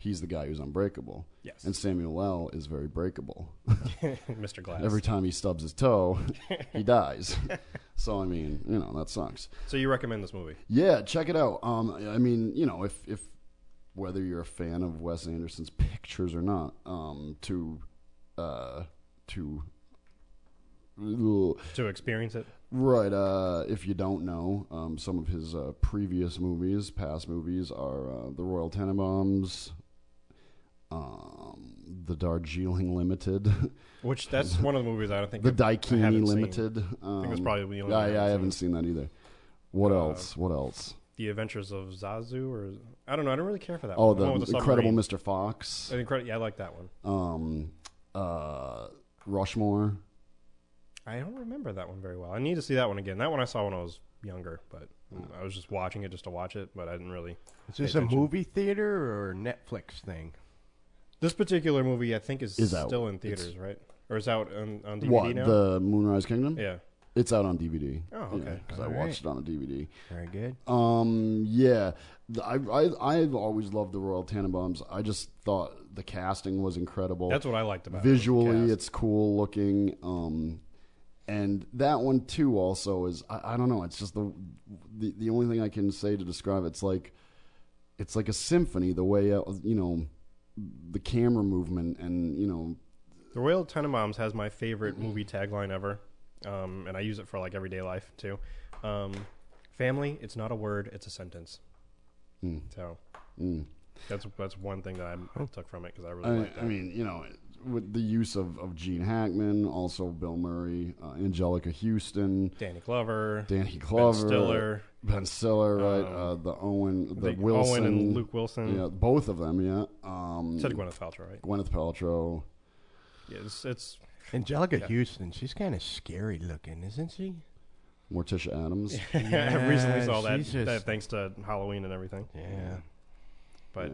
S3: He's the guy who's unbreakable.
S4: Yes.
S3: And Samuel L. is very breakable.
S4: Mr. Glass.
S3: Every time he stubs his toe, he dies. so I mean, you know, that sucks.
S4: so you recommend this movie?
S3: Yeah, check it out. Um, I mean, you know, if if whether you're a fan of Wes Anderson's pictures or not, um, to uh, to
S4: To experience it?
S3: Right. Uh, if you don't know, um, some of his uh, previous movies, past movies, are uh, The Royal Tenenbaums, um, The Darjeeling Limited,
S4: Which that's one of the movies I don't think
S3: The
S4: I've- I haven't
S3: Daikini
S4: seen.
S3: Limited. Um,
S4: think it's probably the only
S3: yeah,
S4: one I
S3: yeah, I
S4: haven't Uh,
S3: haven't seen that either. What else? What else?
S4: The Adventures of Zazu, or I don't know. I don't really care for that.
S3: Oh,
S4: one.
S3: the
S4: one with
S3: Incredible
S4: submarine.
S3: Mr. Fox.
S4: Incredi- yeah, I like that one.
S3: Um, uh, Rushmore.
S4: I don't remember that one very well. I need to see that one again. That one I saw when I was younger, but I was just watching it just to watch it, but I didn't really.
S5: Is this a movie theater or Netflix thing?
S4: This particular movie, I think, is,
S3: Is out.
S4: still in theaters, right? Or is out on, on DVD
S3: What
S4: now?
S3: the Moonrise Kingdom?
S4: yeah.
S3: it's out on DVD.
S4: Oh, okay.
S3: Because I watched it on a DVD.
S5: Very good.
S3: Um, yeah, The- I, I I've always loved the Royal Tannenbaums. I just thought the casting was incredible.
S4: That's what I liked about it, was the
S3: Visually,
S4: cast.
S3: it's cool looking. Um, and that one too. Also, is I, I don't know. It's just the, the the only thing I can say to describe it, it's like it's like a symphony. The way uh, you know the camera movement and you know
S4: The Royal Tenenbaums has my favorite
S5: Mm-hmm.
S4: movie tagline ever, um, and I use it for like everyday life too. Um, family, it's not a word; it's a sentence.
S5: Mm.
S4: So that's that's one thing that I'm- I took from it because I really
S5: Uh,
S3: I,
S4: like
S3: I
S4: that.
S3: mean, you know, with the use of, of Gene Hackman, also Bill Murray, uh, Angelica Houston,
S4: Danny Glover,
S3: Danny Glover,
S4: Stiller.
S3: Ben Stiller, right? uh, the Owen, the,
S4: the
S3: Wilson,
S4: Owen and Luke Wilson.
S3: yeah, both of them, yeah. Um,
S4: said Gwyneth Paltrow, right?
S3: Gwyneth Paltrow,
S4: Yeah, it's, it's
S5: Angelica Houston, she's kind of scary looking, isn't she?
S3: Morticia Adams.
S4: I recently saw that,
S5: she's just-
S4: that thanks to Halloween and everything.
S5: Yeah.
S4: But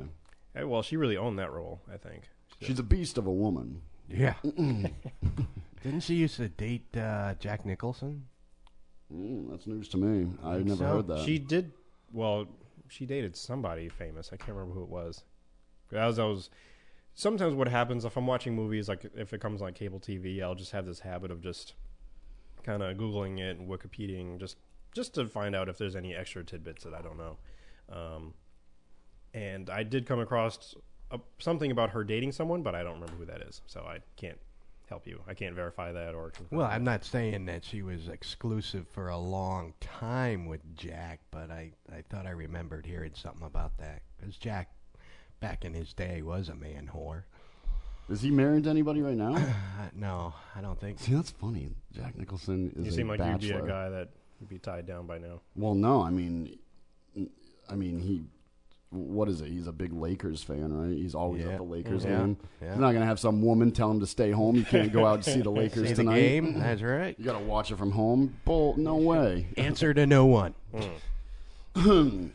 S4: eh, well, she really owned that role, I think.
S3: She's a beast of a woman.
S5: Yeah. Didn't she used to date uh, Jack Nicholson?
S3: Mm, that's news to me. I've never
S5: so?
S3: heard that.
S4: She did well. She dated somebody famous. I can't remember who it was. As I was, sometimes what happens if I'm watching movies, like if it comes on cable TV, I'll just have this habit of just kind of googling it and Wikipediaing just just to find out if there's any extra tidbits that I don't know. Um, and I did come across a, something about her dating someone, but I don't remember who that is, so I can't help you. I can't verify that or confirm
S5: Well, I'm not saying that she was exclusive for a long time with Jack, but I, I thought I remembered hearing something about that. Because Jack, back in his day, was a man whore.
S3: Is he married to anybody right now?
S5: Uh, no, I don't think
S3: See, that's funny. Jack Nicholson is
S4: You
S3: a
S4: seem like
S3: bachelor.
S4: you'd be a guy that would be tied down by now.
S3: Well, no, I mean, I mean he. What is it? He's a big Lakers fan, right? He's always
S5: Yeah.
S3: at the Lakers
S5: Yeah.
S3: game.
S5: Yeah.
S3: He's not gonna have some woman tell him to stay home. You can't go out and see the Lakers
S5: See the
S3: tonight.
S5: game? That's right.
S3: You gotta watch it from home. Bull, no way.
S5: Answer to no one.
S3: Um,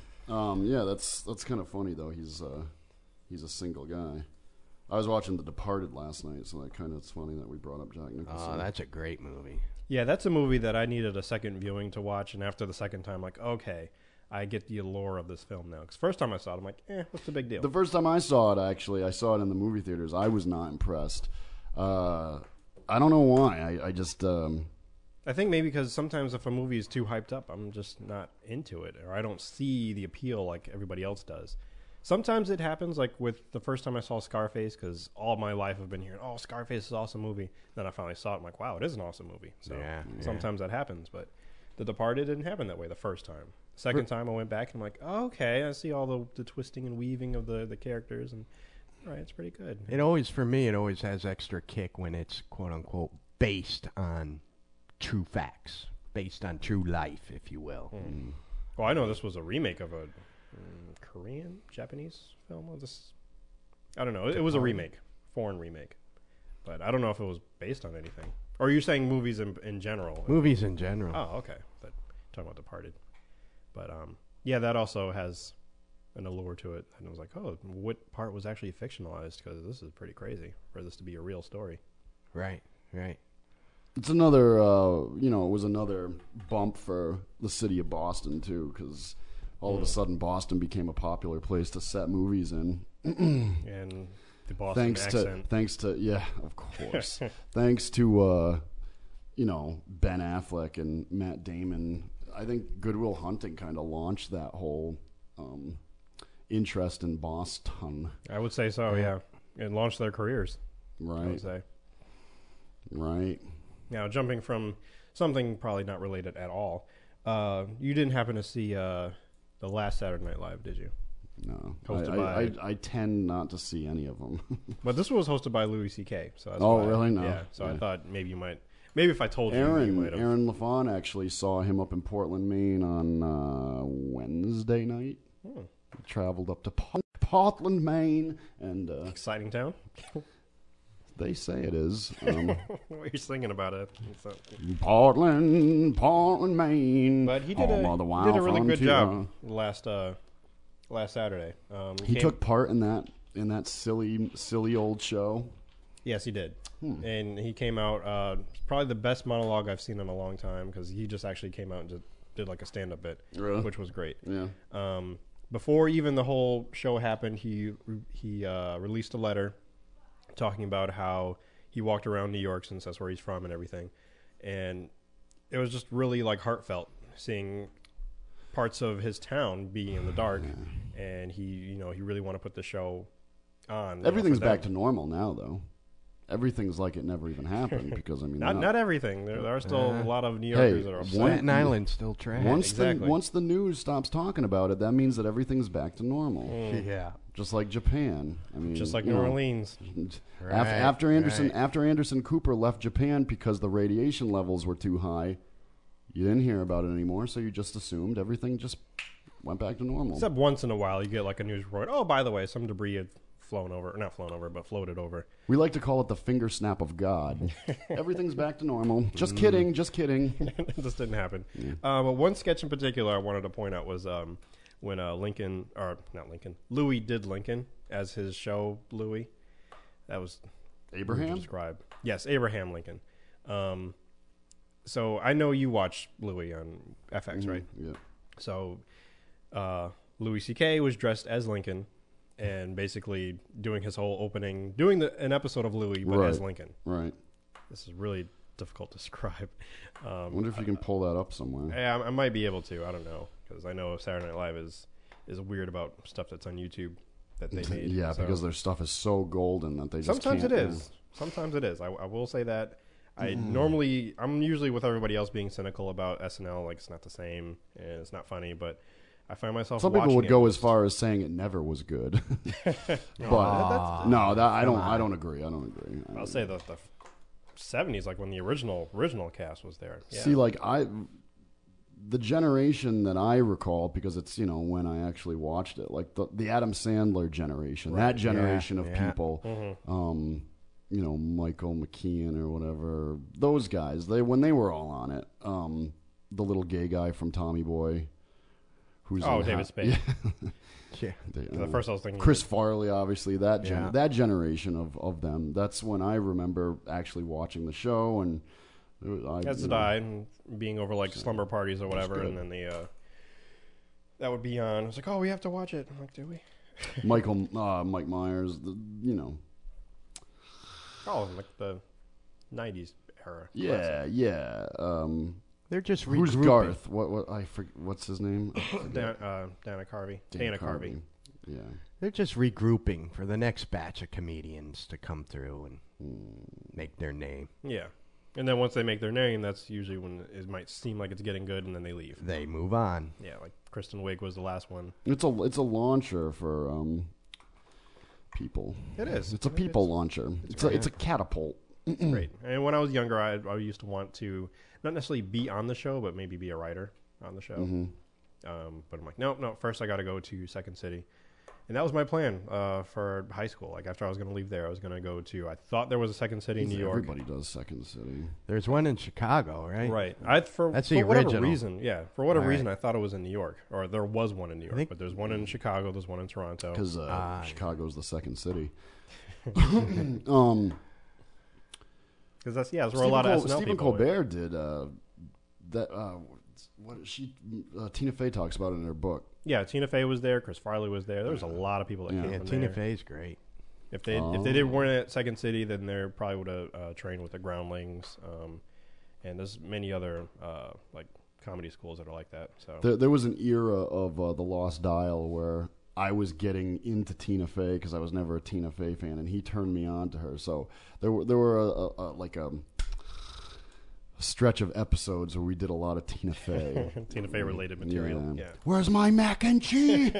S3: yeah, that's that's kind of funny though. He's uh, he's a single guy. I was watching The Departed last night, so that kind of it's funny that we brought up Jack Nicholson.
S5: Oh, that's a great movie.
S4: Yeah, that's a movie that I needed a second viewing to watch, and after the second time, like, okay, I get the allure of this film now. Because first time I saw it, I'm like, eh, what's the big deal?
S3: The first time I saw it, actually, I saw it in the movie theaters. I was not impressed. Uh, I don't know why. I, I just um,
S4: I think maybe because sometimes if a movie is too hyped up, I'm just not into it, or I don't see the appeal like everybody else does. Sometimes it happens, like with the first time I saw Scarface, because all my life I've been hearing, "Oh, Scarface is an awesome movie." Then I finally saw it, I'm like, "Wow, it is an awesome movie." So
S5: Yeah, yeah.
S4: sometimes that happens, but The Departed didn't happen that way the first time. Second time I went back and I'm like, oh, "Okay, I see all the, the twisting and weaving of the the characters, and all right, it's pretty good."
S5: It always, for me, it always has extra kick when it's quote unquote based on true facts, based on true life, if you will.
S4: Well, Oh, I know this was a remake of a mm, Korean, Japanese film of this. I don't know. It, it was a remake, foreign remake, but I don't know if it was based on anything. Or are you saying movies in in general?
S5: Movies in general.
S4: Oh, okay. That, talking about Departed, but um, yeah, that also has an allure to it. And I was like, oh, what part was actually fictionalized? Because this is pretty crazy for this to be a real story.
S5: Right, right.
S3: it's another. Uh, you know, it was another bump for the city of Boston too, because all of a sudden Boston became a popular place to set movies in.
S4: And the Boston
S3: thanks
S4: accent.
S3: to thanks to yeah, of course. thanks to uh, you know Ben Affleck and Matt Damon. I think Goodwill Hunting kind of launched that whole um, interest in Boston,
S4: I would say so. Yeah, and launched their careers. I would
S3: right?
S4: say.
S3: Right.
S4: Now, jumping from something probably not related at all, uh, you didn't happen to see uh, the last Saturday Night Live, did you?
S3: No, I,
S4: Hosted
S3: I, I, I tend not to see any of them.
S4: But this was hosted by Louis C.K. So that's
S3: Oh,
S4: why-
S3: really? No.
S4: Yeah. So I
S3: Yeah.
S4: thought maybe you might. Maybe if I told you, you
S3: Aaron
S4: might have.
S3: Aaron LaFon actually saw him up in Portland, Maine on uh, Wednesday night. Traveled up to Port- Portland, Maine, and uh,
S4: Exciting town.
S3: they say it is. Um,
S4: what you're singing about it? It's not-
S3: Portland, Portland, Maine.
S4: But he did,
S3: Home
S4: a,
S3: of the
S4: he
S3: Oh, wild
S4: did a really good
S3: frontier.
S4: job last uh, last Saturday. Um,
S3: He
S4: came-
S3: took part in that in that silly, silly old show.
S4: Yes, he did.
S3: Hmm.
S4: And he came out uh, probably the best monologue I've seen in a long time because he just actually came out and just did like a stand up bit,
S3: Really?
S4: which was great.
S3: Yeah.
S4: Um, before even the whole show happened, he he uh, released a letter talking about how he walked around New York since that's where he's from and everything, and it was just really like heartfelt seeing parts of his town being in the dark, and he you know he really want to put the show on. you know, for
S3: Everything's
S4: them.
S3: back to normal now, though. Everything's like it never even happened because I mean,
S4: Not
S3: they're
S4: Uh, not everything. There, there are still a lot of New
S3: hey,
S4: Yorkers that are upset.
S3: one-
S5: Staten Island's still trash.
S3: once
S4: exactly.
S3: the once the news stops talking about it, that means that everything's back to normal.
S5: yeah.
S3: Just like Japan. I mean,
S4: Hmm. just like
S3: you
S4: New
S3: know,
S4: Orleans.
S3: af-
S5: Right,
S3: after Anderson,
S5: right.
S3: after Anderson Cooper left Japan because the radiation levels were too high, you didn't hear about it anymore, so you just assumed everything just went back to normal.
S4: Except once in a while, you get like a news report. Oh, by the way, some debris had flown over, not flown over, but floated over.
S3: we like to call it the finger snap of God. Everything's back to normal. Just
S4: Mm.
S3: kidding. Just kidding.
S4: this didn't happen. Uh, but one sketch in particular I wanted to point out was um, when uh, Lincoln, or not Lincoln, Louis did Lincoln as his show Louis. That was to
S3: Abraham.
S4: describe. Yes, Abraham Lincoln. Um, so I know you watch Louis on FX, right?
S3: Yeah.
S4: So uh, Louis C.K. was dressed as Lincoln and basically doing his whole opening, doing the, an episode of Louis, but as
S3: Right.
S4: Lincoln.
S3: Right.
S4: This is really difficult to describe.
S3: I
S4: Um,
S3: wonder if you can pull that up somewhere.
S4: yeah, I, I might be able to. I don't know because I know Saturday Night Live is is weird about stuff that's on YouTube that they made.
S3: Yeah,
S4: so-
S3: because their stuff is so golden that they just
S4: sometimes it
S3: can't, Mm.
S4: is. Sometimes it is. I, I will say that. I normally I'm usually with everybody else being cynical about SNL, like it's not the same and it's not funny, but. I find myself.
S3: Some people
S4: watching
S3: would
S4: it.
S3: go as far as saying it never was good, but no, that, I don't. I don't agree. I don't agree. I
S4: I'll
S3: don't-
S4: say the the seventies, like when the original original cast was there. Yeah.
S3: See, like I, the generation that I recall because it's you know when I actually watched it, like the the Adam Sandler generation, that generation of
S5: yeah.
S3: people,
S4: Mm-hmm.
S3: um, you know Michael McKean or whatever, those guys. They when they were all on it, um, the little gay guy from Tommy Boy. Who's in
S4: Oh,
S3: the
S4: David
S3: hat.
S4: Spade.
S5: Yeah.
S4: The first I was thinking.
S3: Chris Farley, obviously that gen-
S5: Yeah.
S3: that generation of, of them. That's when I remember actually watching the show, and it was- I,
S4: As
S3: you
S4: did
S3: know,
S4: I, and being over like slumber parties or whatever, and then the uh, that would be on. I was like, oh, we have to watch it. I'm like, do we?
S3: Michael uh, Mike Myers, the, you know,
S4: Oh, like the '90s era.
S3: yeah, yeah. Um,
S5: They're just
S3: who's
S5: regrouping.
S3: Garth? What what I forget, what's his name? I forget.
S4: Dan, uh, Dana Carvey.
S3: Dan
S4: Dana Carvey.
S3: Yeah,
S5: They're just regrouping for the next batch of comedians to come through and make their name.
S4: Yeah. And then once they make their name, that's usually when it might seem like it's getting good, and then they leave.
S5: They move on.
S4: Yeah, like Kristen Wiig was the last one.
S3: it's a it's a launcher for um, people.
S4: It is.
S3: It's a people launcher. It's, a it's a catapult.
S5: Hmm.
S4: It's great. And when I was younger, I, I used to want to not necessarily be on the show, but maybe be a writer on the show.
S5: Mm-hmm.
S4: Um, but I'm like, no, no. First, I got to go to Second City, and that was my plan uh, for high school. Like after I was going to leave there, I was going to go to. I thought there was a Second City in New York.
S3: Everybody does Second City.
S5: There's one in Chicago, right?
S4: Right. I for
S5: That's
S4: for
S5: the
S4: whatever
S5: original.
S4: reason, yeah. For whatever
S5: Right.
S4: reason, I thought it was in New York, or there was one in New York,
S5: think-
S4: but there's one in Chicago, there's one in Toronto.
S3: because uh,
S4: Ah,
S3: Chicago's the second city. um,
S4: Because that's yeah, that's where
S3: Stephen,
S4: a lot
S3: Col-
S4: of SNL
S3: Stephen
S4: people went.
S3: Colbert did uh, that. Uh, what she uh, Tina Fey talks about it in her book.
S4: Yeah, Tina Fey was there. Chris Farley was there. There was a lot of people that came
S5: Yeah,
S4: from
S5: Tina
S4: there.
S5: Fey's great.
S4: If they if
S3: Oh.
S4: they did weren't at Second City, then they probably would have uh, trained with the Groundlings, um, and there's many other uh, like comedy schools that are like that. So
S3: There, there was an era of uh, the Lost Dial where I was getting into Tina Fey because I was never a Tina Fey fan, and he turned me on to her. So there were there were a, a, a, like um, a stretch of episodes where we did a lot of Tina Fey.
S4: Tina Fey related material. Yeah,
S3: Where's my mac and cheese?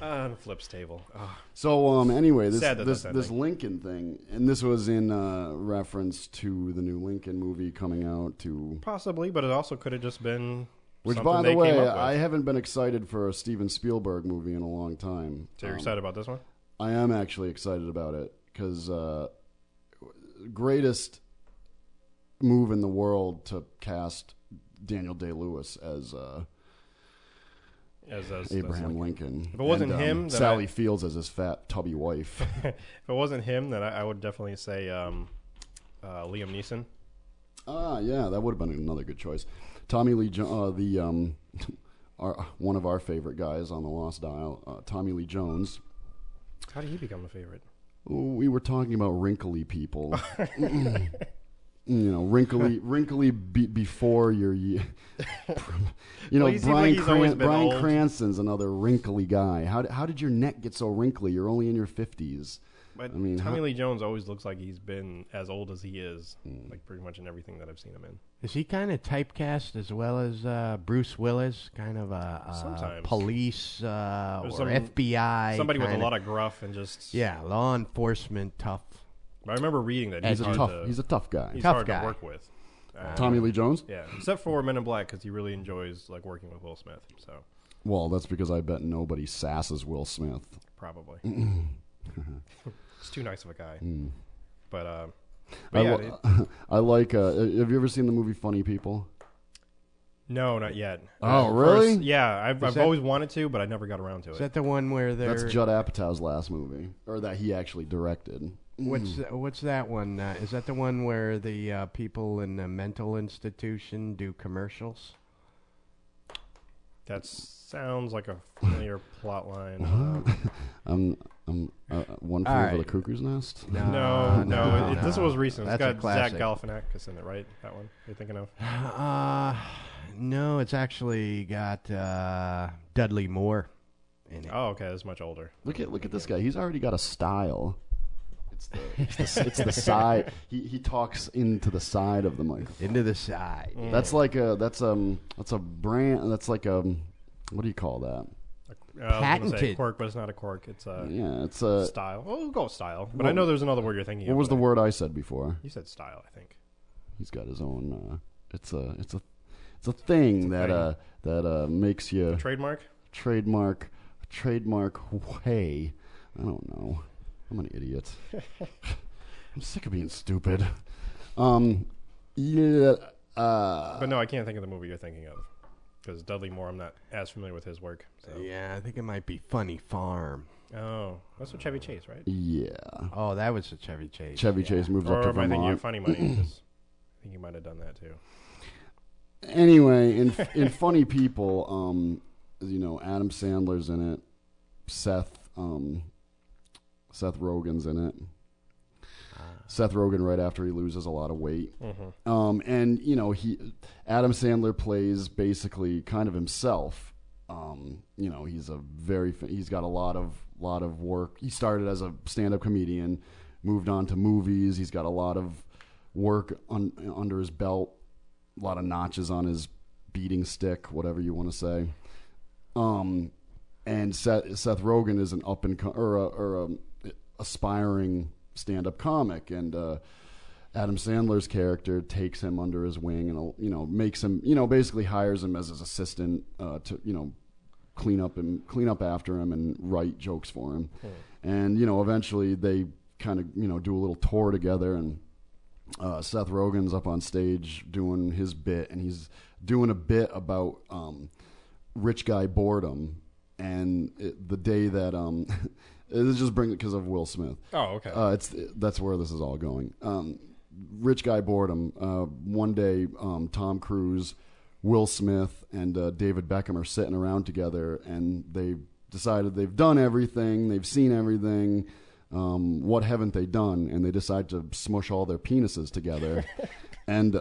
S4: on Flip's Uh, table. Ah,
S3: So um, anyway, this
S4: Sad that
S3: this,
S4: that's
S3: this
S4: happening.
S3: Lincoln thing, and this was in uh, reference to the new Lincoln movie coming out. To
S4: possibly, but it also could have just been.
S3: which,
S4: something
S3: by
S4: they
S3: the
S4: came
S3: way,
S4: up with.
S3: I haven't been excited for a Steven Spielberg movie in a long time. Um,
S4: So you're excited about this one?
S3: I am actually excited about it because uh, greatest move in the world to cast Daniel Day Lewis as uh,
S4: As, as
S3: Abraham Lincoln. If
S4: it wasn't him, then
S3: Sally
S4: I-
S3: Fields as his fat tubby wife.
S4: If it wasn't him, then I, I would definitely say um, uh, Liam Neeson.
S3: Ah, yeah, that would have been another good choice. Tommy Lee, jo- uh, the um, our, one of our favorite guys on the Lost Dial, uh, Tommy Lee Jones.
S4: How did he become a favorite?
S3: We were talking about wrinkly people. Mm-hmm. You know, wrinkly, wrinkly be, before your, ye- you know,
S4: Well, he seems
S3: Brian,
S4: like he's always
S3: Cran-
S4: been
S3: Brian
S4: old.
S3: Cranston's another wrinkly guy. How, d- how did your neck get so wrinkly? You're only in your fifties.
S4: But
S3: I mean,
S4: Tommy Lee Jones always looks like he's been as old as he is,
S3: Hmm.
S4: like pretty much in everything that I've seen him in.
S5: Is he kind of typecast as well as uh, Bruce Willis? Kind of a, a
S4: Sometimes.
S5: police uh, or
S4: There's some-
S5: FBI.
S4: Somebody with a
S5: kinda-
S4: lot of gruff and just
S5: Yeah, law enforcement, tough.
S4: I remember reading that
S3: He's
S4: he's,
S3: a
S4: hard
S3: tough,
S4: to,
S3: he's a tough guy.
S4: he's
S5: tough
S4: hard
S5: guy.
S4: to work with. Uh,
S3: Tommy Lee Jones.
S4: yeah, except for Men in Black because he really enjoys like working with Will Smith. So
S3: Well, that's because I bet nobody sasses Will Smith.
S4: probably it's too nice of a guy. But, uh, but
S3: I,
S4: yeah,
S3: li-
S4: it-
S3: I like. Uh, have you ever seen the movie Funny People?
S4: no, not yet.
S3: Oh,
S4: Uh,
S3: really?
S4: first- yeah, I've, I've
S5: that-
S4: always wanted to, but I never got around to
S5: Is
S4: it.
S5: that the one where they're?
S3: That's Judd Apatow's last movie, or that he actually directed.
S5: What's th- what's that one? Uh, is that the one where the uh, people in the mental institution do commercials?
S4: That sounds like a familiar plot line. Uh,
S3: Um, um, uh, one flew over
S5: right.
S3: the cuckoo's nest.
S4: no, no, it, this
S5: no.
S4: was recent.
S5: That's a
S4: it's got Zach
S5: classic.
S4: Galifianakis in it, right? That one you're thinking of?
S5: Uh, no, it's actually got uh, Dudley Moore in it.
S4: Oh, okay, it's much older.
S3: Look at look at this guy. He's already got a style. It's the it's the, it's the side. He he talks into the side of the microphone.
S5: Into the side.
S3: That's like a that's um that's a brand. That's like um what do you call that?
S4: Uh, I was gonna say
S5: Patented.
S4: quirk, but it's not a quirk. It's a
S3: Yeah, it's a
S4: style. Well, we'll go with style. But I know there's another word you're thinking
S3: what
S4: of.
S3: was the
S4: but I-
S3: word I said before?
S4: You said style, I think.
S3: He's got his own. Uh, it's a it's a it's a thing that uh that uh makes you
S4: Trademark?
S3: trademark trademark way. I don't know. I'm an idiot. I'm sick of being stupid. Um, uh, yeah. Uh,
S4: but no, I can't think of the movie you're thinking of. because Dudley Moore, I'm not as familiar with his work. So.
S5: Yeah, I think it might be Funny Farm.
S4: Oh, that's with Chevy Chase, right?
S3: Yeah.
S5: Oh, that was a Chevy Chase.
S3: Chevy Chase moves up
S4: Or
S3: to
S4: am I thinking
S3: Vermont.
S4: of Funny Money? 'Cause I think you might have done that too.
S3: Anyway, in in Funny People, um, you know Adam Sandler's in it. Seth um, Seth Rogen's in it. Seth Rogen right after he loses a lot of weight. Um, and you know he Adam Sandler plays basically kind of himself. Um, you know he's a very fa- he's got a lot of lot of work. He started as a stand up comedian, moved on to movies. He's got a lot of work un, under his belt, a lot of notches on his beating stick, whatever you want to say. Um, and Seth, Seth Rogen is an up and co- or a, or a aspiring stand up comic, and uh, Adam Sandler's character takes him under his wing and you know makes him you know basically hires him as his assistant uh, to you know clean up and clean up after him and write jokes for him, and you know eventually they kind of you know do a little tour together and uh, Seth Rogen's up on stage doing his bit, and he's doing a bit about um, rich guy boredom. And it, the day that um, this just bring it because of Will Smith.
S4: Oh, okay.
S3: Uh, it's that's where this is all going. Um, rich guy boredom. Uh, one day, um, Tom Cruise, Will Smith, and uh, David Beckham are sitting around together, and they decided they've done everything, they've seen everything. Um, what haven't they done? And they decide to smush all their penises together, and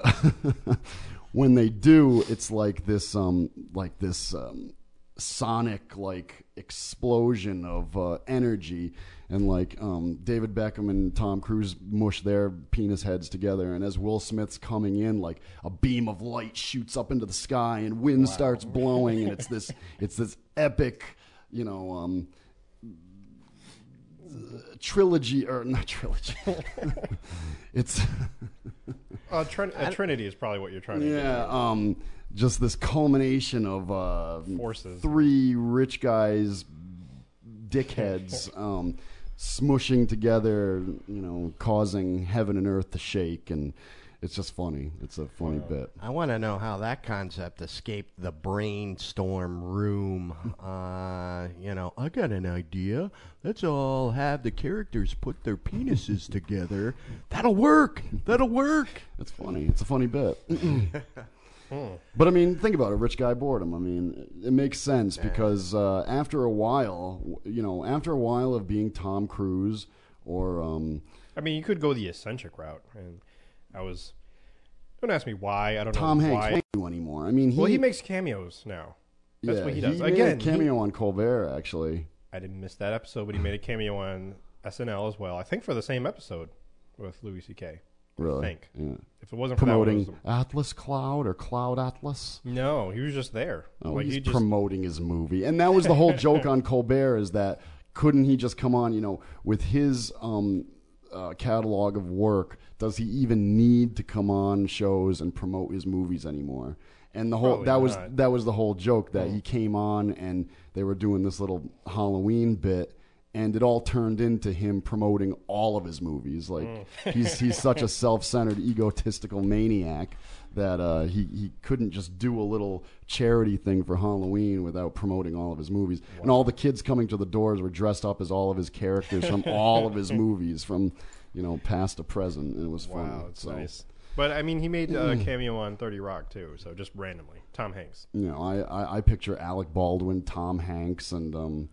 S3: when they do, it's like this, um, like this. Um, sonic like explosion of uh, energy and like um, david beckham and tom cruise mush their penis heads together and as will smith's coming in like a beam of light shoots up into the sky and wind starts blowing and it's this it's this epic you know um, trilogy or not trilogy it's
S4: Uh, Trin- uh, Trinity is probably what you're trying to
S3: yeah, um, just this culmination of uh,
S4: Forces.
S3: three rich guys, dickheads, um, smushing together, you know, causing heaven and earth to shake, and it's just funny. It's a funny bit.
S5: I want to know how that concept escaped the brainstorm room. Uh, you know, I got an idea. Let's all have the characters put their penises together. That'll work. That'll work.
S3: It's funny. It's a funny bit. But I mean, think about it. Rich guy boredom. I mean, it makes sense because uh, after a while, w- you know, after a while of being Tom Cruise or um,
S4: do. I mean, you could go the eccentric route, and I was. Don't ask me why. I don't
S3: Tom
S4: know
S3: Hanks,
S4: why.
S3: what do you anymore? I mean, he,
S4: Well, he makes cameos now. That's what he does.
S3: made
S4: Again,
S3: a
S4: he-
S3: cameo on Colbert actually.
S4: I didn't miss that episode, but he made a cameo on SNL as well. I think for the same episode with Louis C.K.
S3: Really?
S4: I think
S3: Yeah.
S4: if it wasn't for
S3: Promoting
S4: that one, it was
S3: Atlas Cloud or Cloud Atlas.
S4: the- no, he was just there.
S3: Oh,
S4: like
S3: he's
S4: he just
S3: promoting his movie, and that was the whole joke on Colbert is that couldn't he just come on? You know, with his um, uh, catalog of work, does he even need to come on shows and promote his movies anymore? And the whole
S4: Probably
S3: that was
S4: not. Hmm.
S3: that was the whole joke that he came on and they were doing this little Halloween bit. And it all turned into him promoting all of his movies. Like
S4: Hmm.
S3: he's he's such a self-centered, egotistical maniac that uh, he he couldn't just do a little charity thing for Halloween without promoting all of his movies. And all the kids coming to the doors were dressed up as all of his characters from all of his movies, from you know past to present. And it was funny.
S4: wow, it's
S3: so,
S4: nice. But I mean, he made a
S3: Mm.
S4: cameo on Thirty Rock too, so just randomly. Tom Hanks.
S3: You know, I, I I picture Alec Baldwin, Tom Hanks, and um,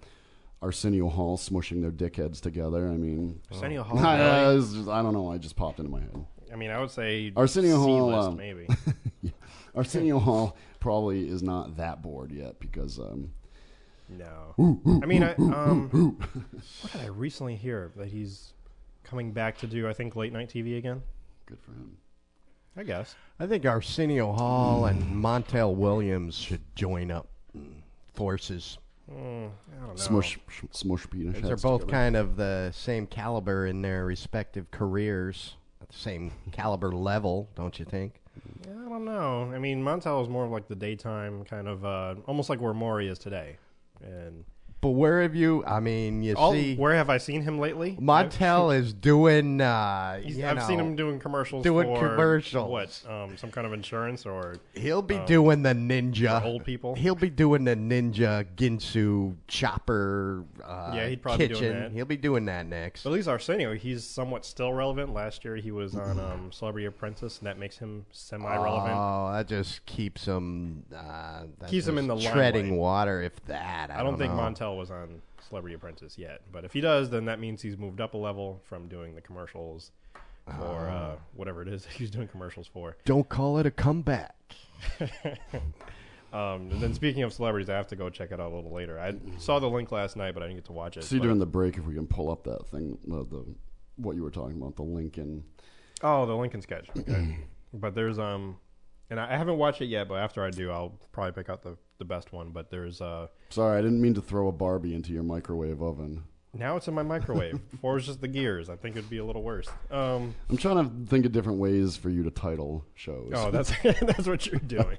S3: Arsenio Hall smushing their dickheads together. I mean.
S4: Arsenio Hall.
S3: I,
S4: really?
S3: it's just- I don't know. I just popped into my head.
S4: I mean, I would say
S3: Arsenio Hall,
S4: C-list,
S3: um,
S4: maybe.
S3: Arsenio Hall probably is not that bored yet because um,
S4: No. I mean, I, um, what did I recently hear that he's coming back to do? I think late night TV again.
S3: good for him.
S4: I guess.
S5: I think Arsenio Hall and Montel Williams should join up mm, forces.
S4: I don't know.
S3: Smush, sh- smush penis.
S5: They're
S3: heads
S5: both
S3: together.
S5: kind of the same caliber in their respective careers, at the same caliber level, don't you think?
S4: I don't know. I mean, Montel is more of like the daytime kind of, uh, almost like where Maury is today, and
S5: but where have you? I mean, you
S4: All,
S5: see,
S4: where have I seen him lately?
S5: Montel is doing. Uh,
S4: He's-
S5: you
S4: I've seen
S5: know,
S4: him doing commercials.
S5: doing
S4: for
S5: commercials.
S4: What? Um, some kind of insurance or
S5: He'll be doing the ninja.
S4: for uh, old people.
S5: He'll be doing the ninja Ginsu chopper. Uh,
S4: Yeah, he'd probably be
S5: kitchen.
S4: doing that.
S5: He'll be doing that next.
S4: But at least Arsenio, he's somewhat still relevant. Last year, he was on um, Celebrity Apprentice, and that makes him semi-relevant.
S5: Oh, that just keeps him. Uh, that
S4: Keeps him
S5: just
S4: in the
S5: treading
S4: limelight.
S5: water. If that, I,
S4: I don't think
S5: know.
S4: Montel was on Celebrity Apprentice yet, but if he does, then that means he's moved up a level from doing the commercials for
S5: Oh.
S4: uh, whatever it is that he's doing commercials for.
S5: Don't call it a comeback.
S4: Um, and then speaking of celebrities, I have to go check it out a little later. I saw the link last night, but I didn't get to watch it.
S3: See
S4: but-
S3: during the break if we can pull up that thing, uh, the what you were talking about, the Lincoln.
S4: Oh, the Lincoln sketch. Okay. but there's um, and I I haven't watched it yet, but after I do, I'll probably pick out the the best one. But there's uh,
S3: Sorry, I didn't mean to throw a Barbie into your microwave oven.
S4: now it's in my microwave. Before it was just the gears. I think it'd be a little worse. Um,
S3: I'm trying to think of different ways for you to title shows.
S4: oh, that's that's what you're doing.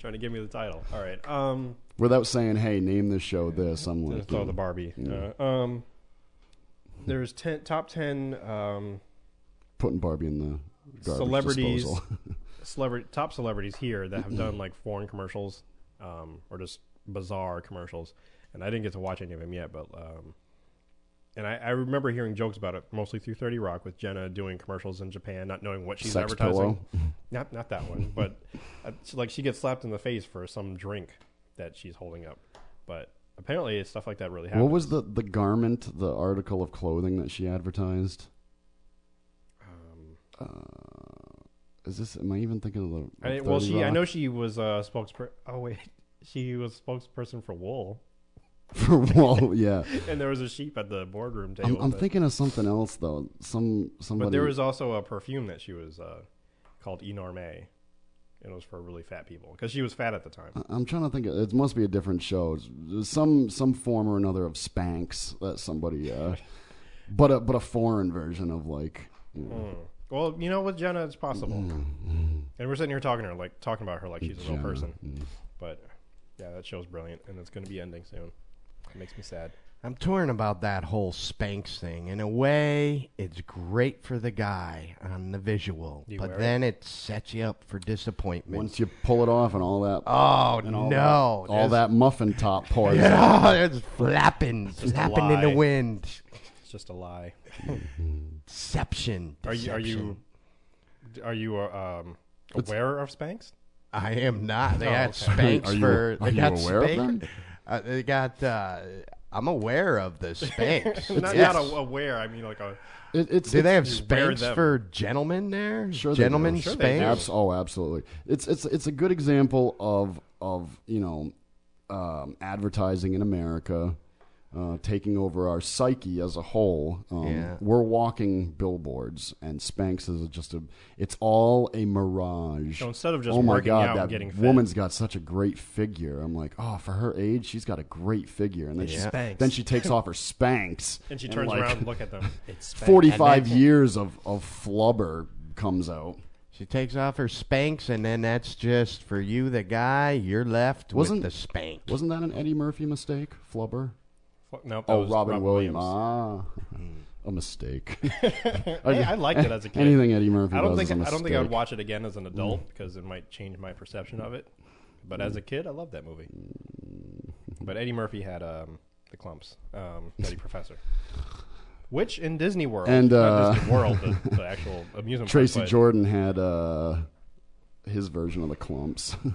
S4: Trying to give me the title. All right. Um,
S3: Without saying, "Hey, name this show this," I'm like,
S4: let's throw the Barbie. Uh, um, there's ten top ten um
S3: putting Barbie in the garbage
S4: celebrities,
S3: disposal.
S4: celebrity top celebrities here that have done like foreign commercials, um, or just bizarre commercials. And I didn't get to watch any of them yet, but um, and I, I remember hearing jokes about it mostly through Thirty Rock with Jenna doing commercials in Japan, not knowing what she's
S3: Sex
S4: advertising.
S3: pillow.
S4: Not not that one, but uh, she- like she gets slapped in the face for some drink that she's holding up, but. Apparently, it's stuff like that really happens.
S3: What was the the garment, the article of clothing that she advertised? Um, is this? Am I even thinking of the?
S4: I,
S3: of
S4: didn't- well,
S3: 30
S4: she I
S3: Rock?
S4: know she was a spokesperson. Oh wait, she was spokesperson for wool,
S3: for Wall. Yeah,
S4: and there was a sheep at the boardroom table.
S3: I'm, I'm
S4: but-
S3: thinking of something else though. Some somebody.
S4: but there was also a perfume that she was uh, called Enorme, and it was for really fat people because she was fat at the time.
S3: I'm trying to think. Of, it must be a different show. Some some form or another of Spanx that somebody. Uh, but a but a foreign version of like. you know,
S4: Well, you know, with Jenna, it's possible.
S3: mm,
S4: and we're sitting here talking to her, like talking about her, like she's a real person.
S3: mm.
S4: But yeah, that show's brilliant, and it's going to be ending soon. It makes me sad.
S5: I'm torn about that whole Spanx thing. In a way, it's great for the guy on the visual,
S4: You
S5: but
S4: wear it?
S5: then it sets you up for disappointment.
S3: Once you pull it off and all that.
S5: oh
S3: and all
S5: no!
S3: That, all
S5: There's-
S3: that muffin top part.
S5: Oh, it's flapping,
S4: just a
S5: flapping in the
S4: lie.
S5: wind.
S4: It's just a lie.
S5: Deception.
S4: Are you are you
S5: deception.
S4: are you uh, um, aware of Spanx?
S5: I am not. They
S4: Oh,
S5: got
S4: okay.
S5: Spanx
S3: Are you-
S5: for.
S3: are
S5: They
S3: you
S5: got
S3: aware of
S5: Spanx-
S3: them?
S5: Uh, they got. Uh, I'm aware of the Spanx.
S4: Not,
S5: Yes.
S4: not a, aware. I mean, like a
S3: It, it's
S5: Do they have
S4: wear
S5: Spanx
S4: them.
S5: for gentlemen there?
S3: Sure they do.
S5: gentlemen
S3: Sure
S4: they do.
S5: Spanx.
S3: Abs- oh, absolutely. It's it's it's a good example of of you know um, advertising in America uh, taking over our psyche as a whole. Um,
S5: Yeah.
S3: We're walking billboards, and Spanx is just a. It's all a mirage.
S4: So instead of just
S3: oh my
S4: working
S3: god,
S4: out
S3: that
S4: and getting fit.
S3: woman's got such a great figure. I'm like, oh, for her age, she's got a great figure, and then she
S4: Spanx.
S3: then she takes off her Spanx,
S4: and she turns
S3: like,
S4: around and look at them. It's
S3: Forty five years of of flubber comes out.
S5: She takes off her Spanx, and then that's just for you, the guy. You're left
S3: Wasn't-
S5: with the Spanx.
S3: Wasn't that an Eddie Murphy mistake? Flubber?
S4: no, that
S3: Oh,
S4: was
S3: Robin, Williams. Ah, a mistake.
S4: Hey, I liked it as a kid.
S3: Anything Eddie Murphy
S4: I don't
S3: does
S4: think
S3: is a
S4: I don't think I
S3: mistake. Mm.
S4: would watch it again as an adult because it might change my perception of it. But as a kid, I loved that movie.
S3: Mm.
S4: But Eddie Murphy had um, the clumps, um, Eddie Professor, which in Disney World
S3: And,
S4: not
S3: uh,
S4: Disney World, the, the actual amusement park,
S3: Tracy
S4: but
S3: Jordan had uh, his version of the clumps.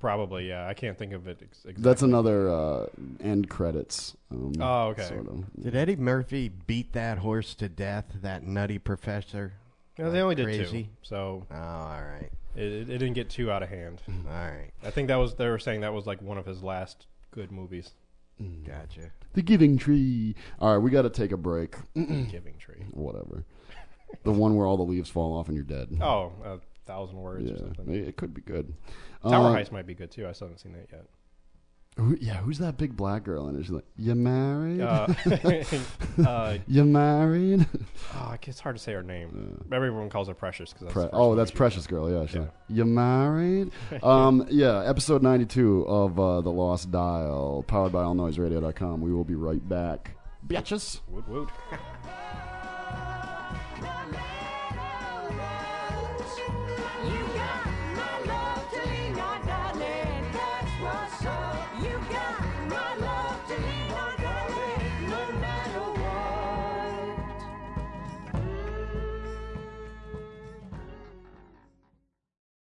S4: probably. Yeah, I can't think of it. Ex- exactly.
S3: That's another uh, end credits. Um,
S4: Oh, okay.
S3: Sort of.
S5: Did Eddie Murphy beat that horse to death? That nutty professor.
S4: No, they only did two,
S5: Crazy.
S4: so
S5: Oh, all right,
S4: it, it didn't get too out of hand.
S5: all right,
S4: I think that was they were saying that was like one of his last good movies,
S5: gotcha.
S3: The Giving Tree. All right, we got to take a break. Mm,
S4: Giving Tree.
S3: Whatever. the one where all the leaves fall off and you're dead.
S4: Oh, a thousand words
S3: yeah.
S4: or something.
S3: It it could be good.
S4: Tower
S3: Uh,
S4: Heist might be good too. I still haven't seen that yet.
S3: Who, yeah, who's that big black girl? And she's like, "You married?
S4: Uh, uh,
S3: you married?"
S4: oh, it's hard to say her name. Everyone calls her Precious because that's
S3: Pre-
S4: the first
S3: oh,
S4: name
S3: that's
S4: she-
S3: Precious Girl. Yeah, she's like, you married? um, yeah, episode ninety-two of uh, the Lost oh. Dial, powered by AllNoiseRadio.com. We will be right back, bitches.
S4: Woot woot.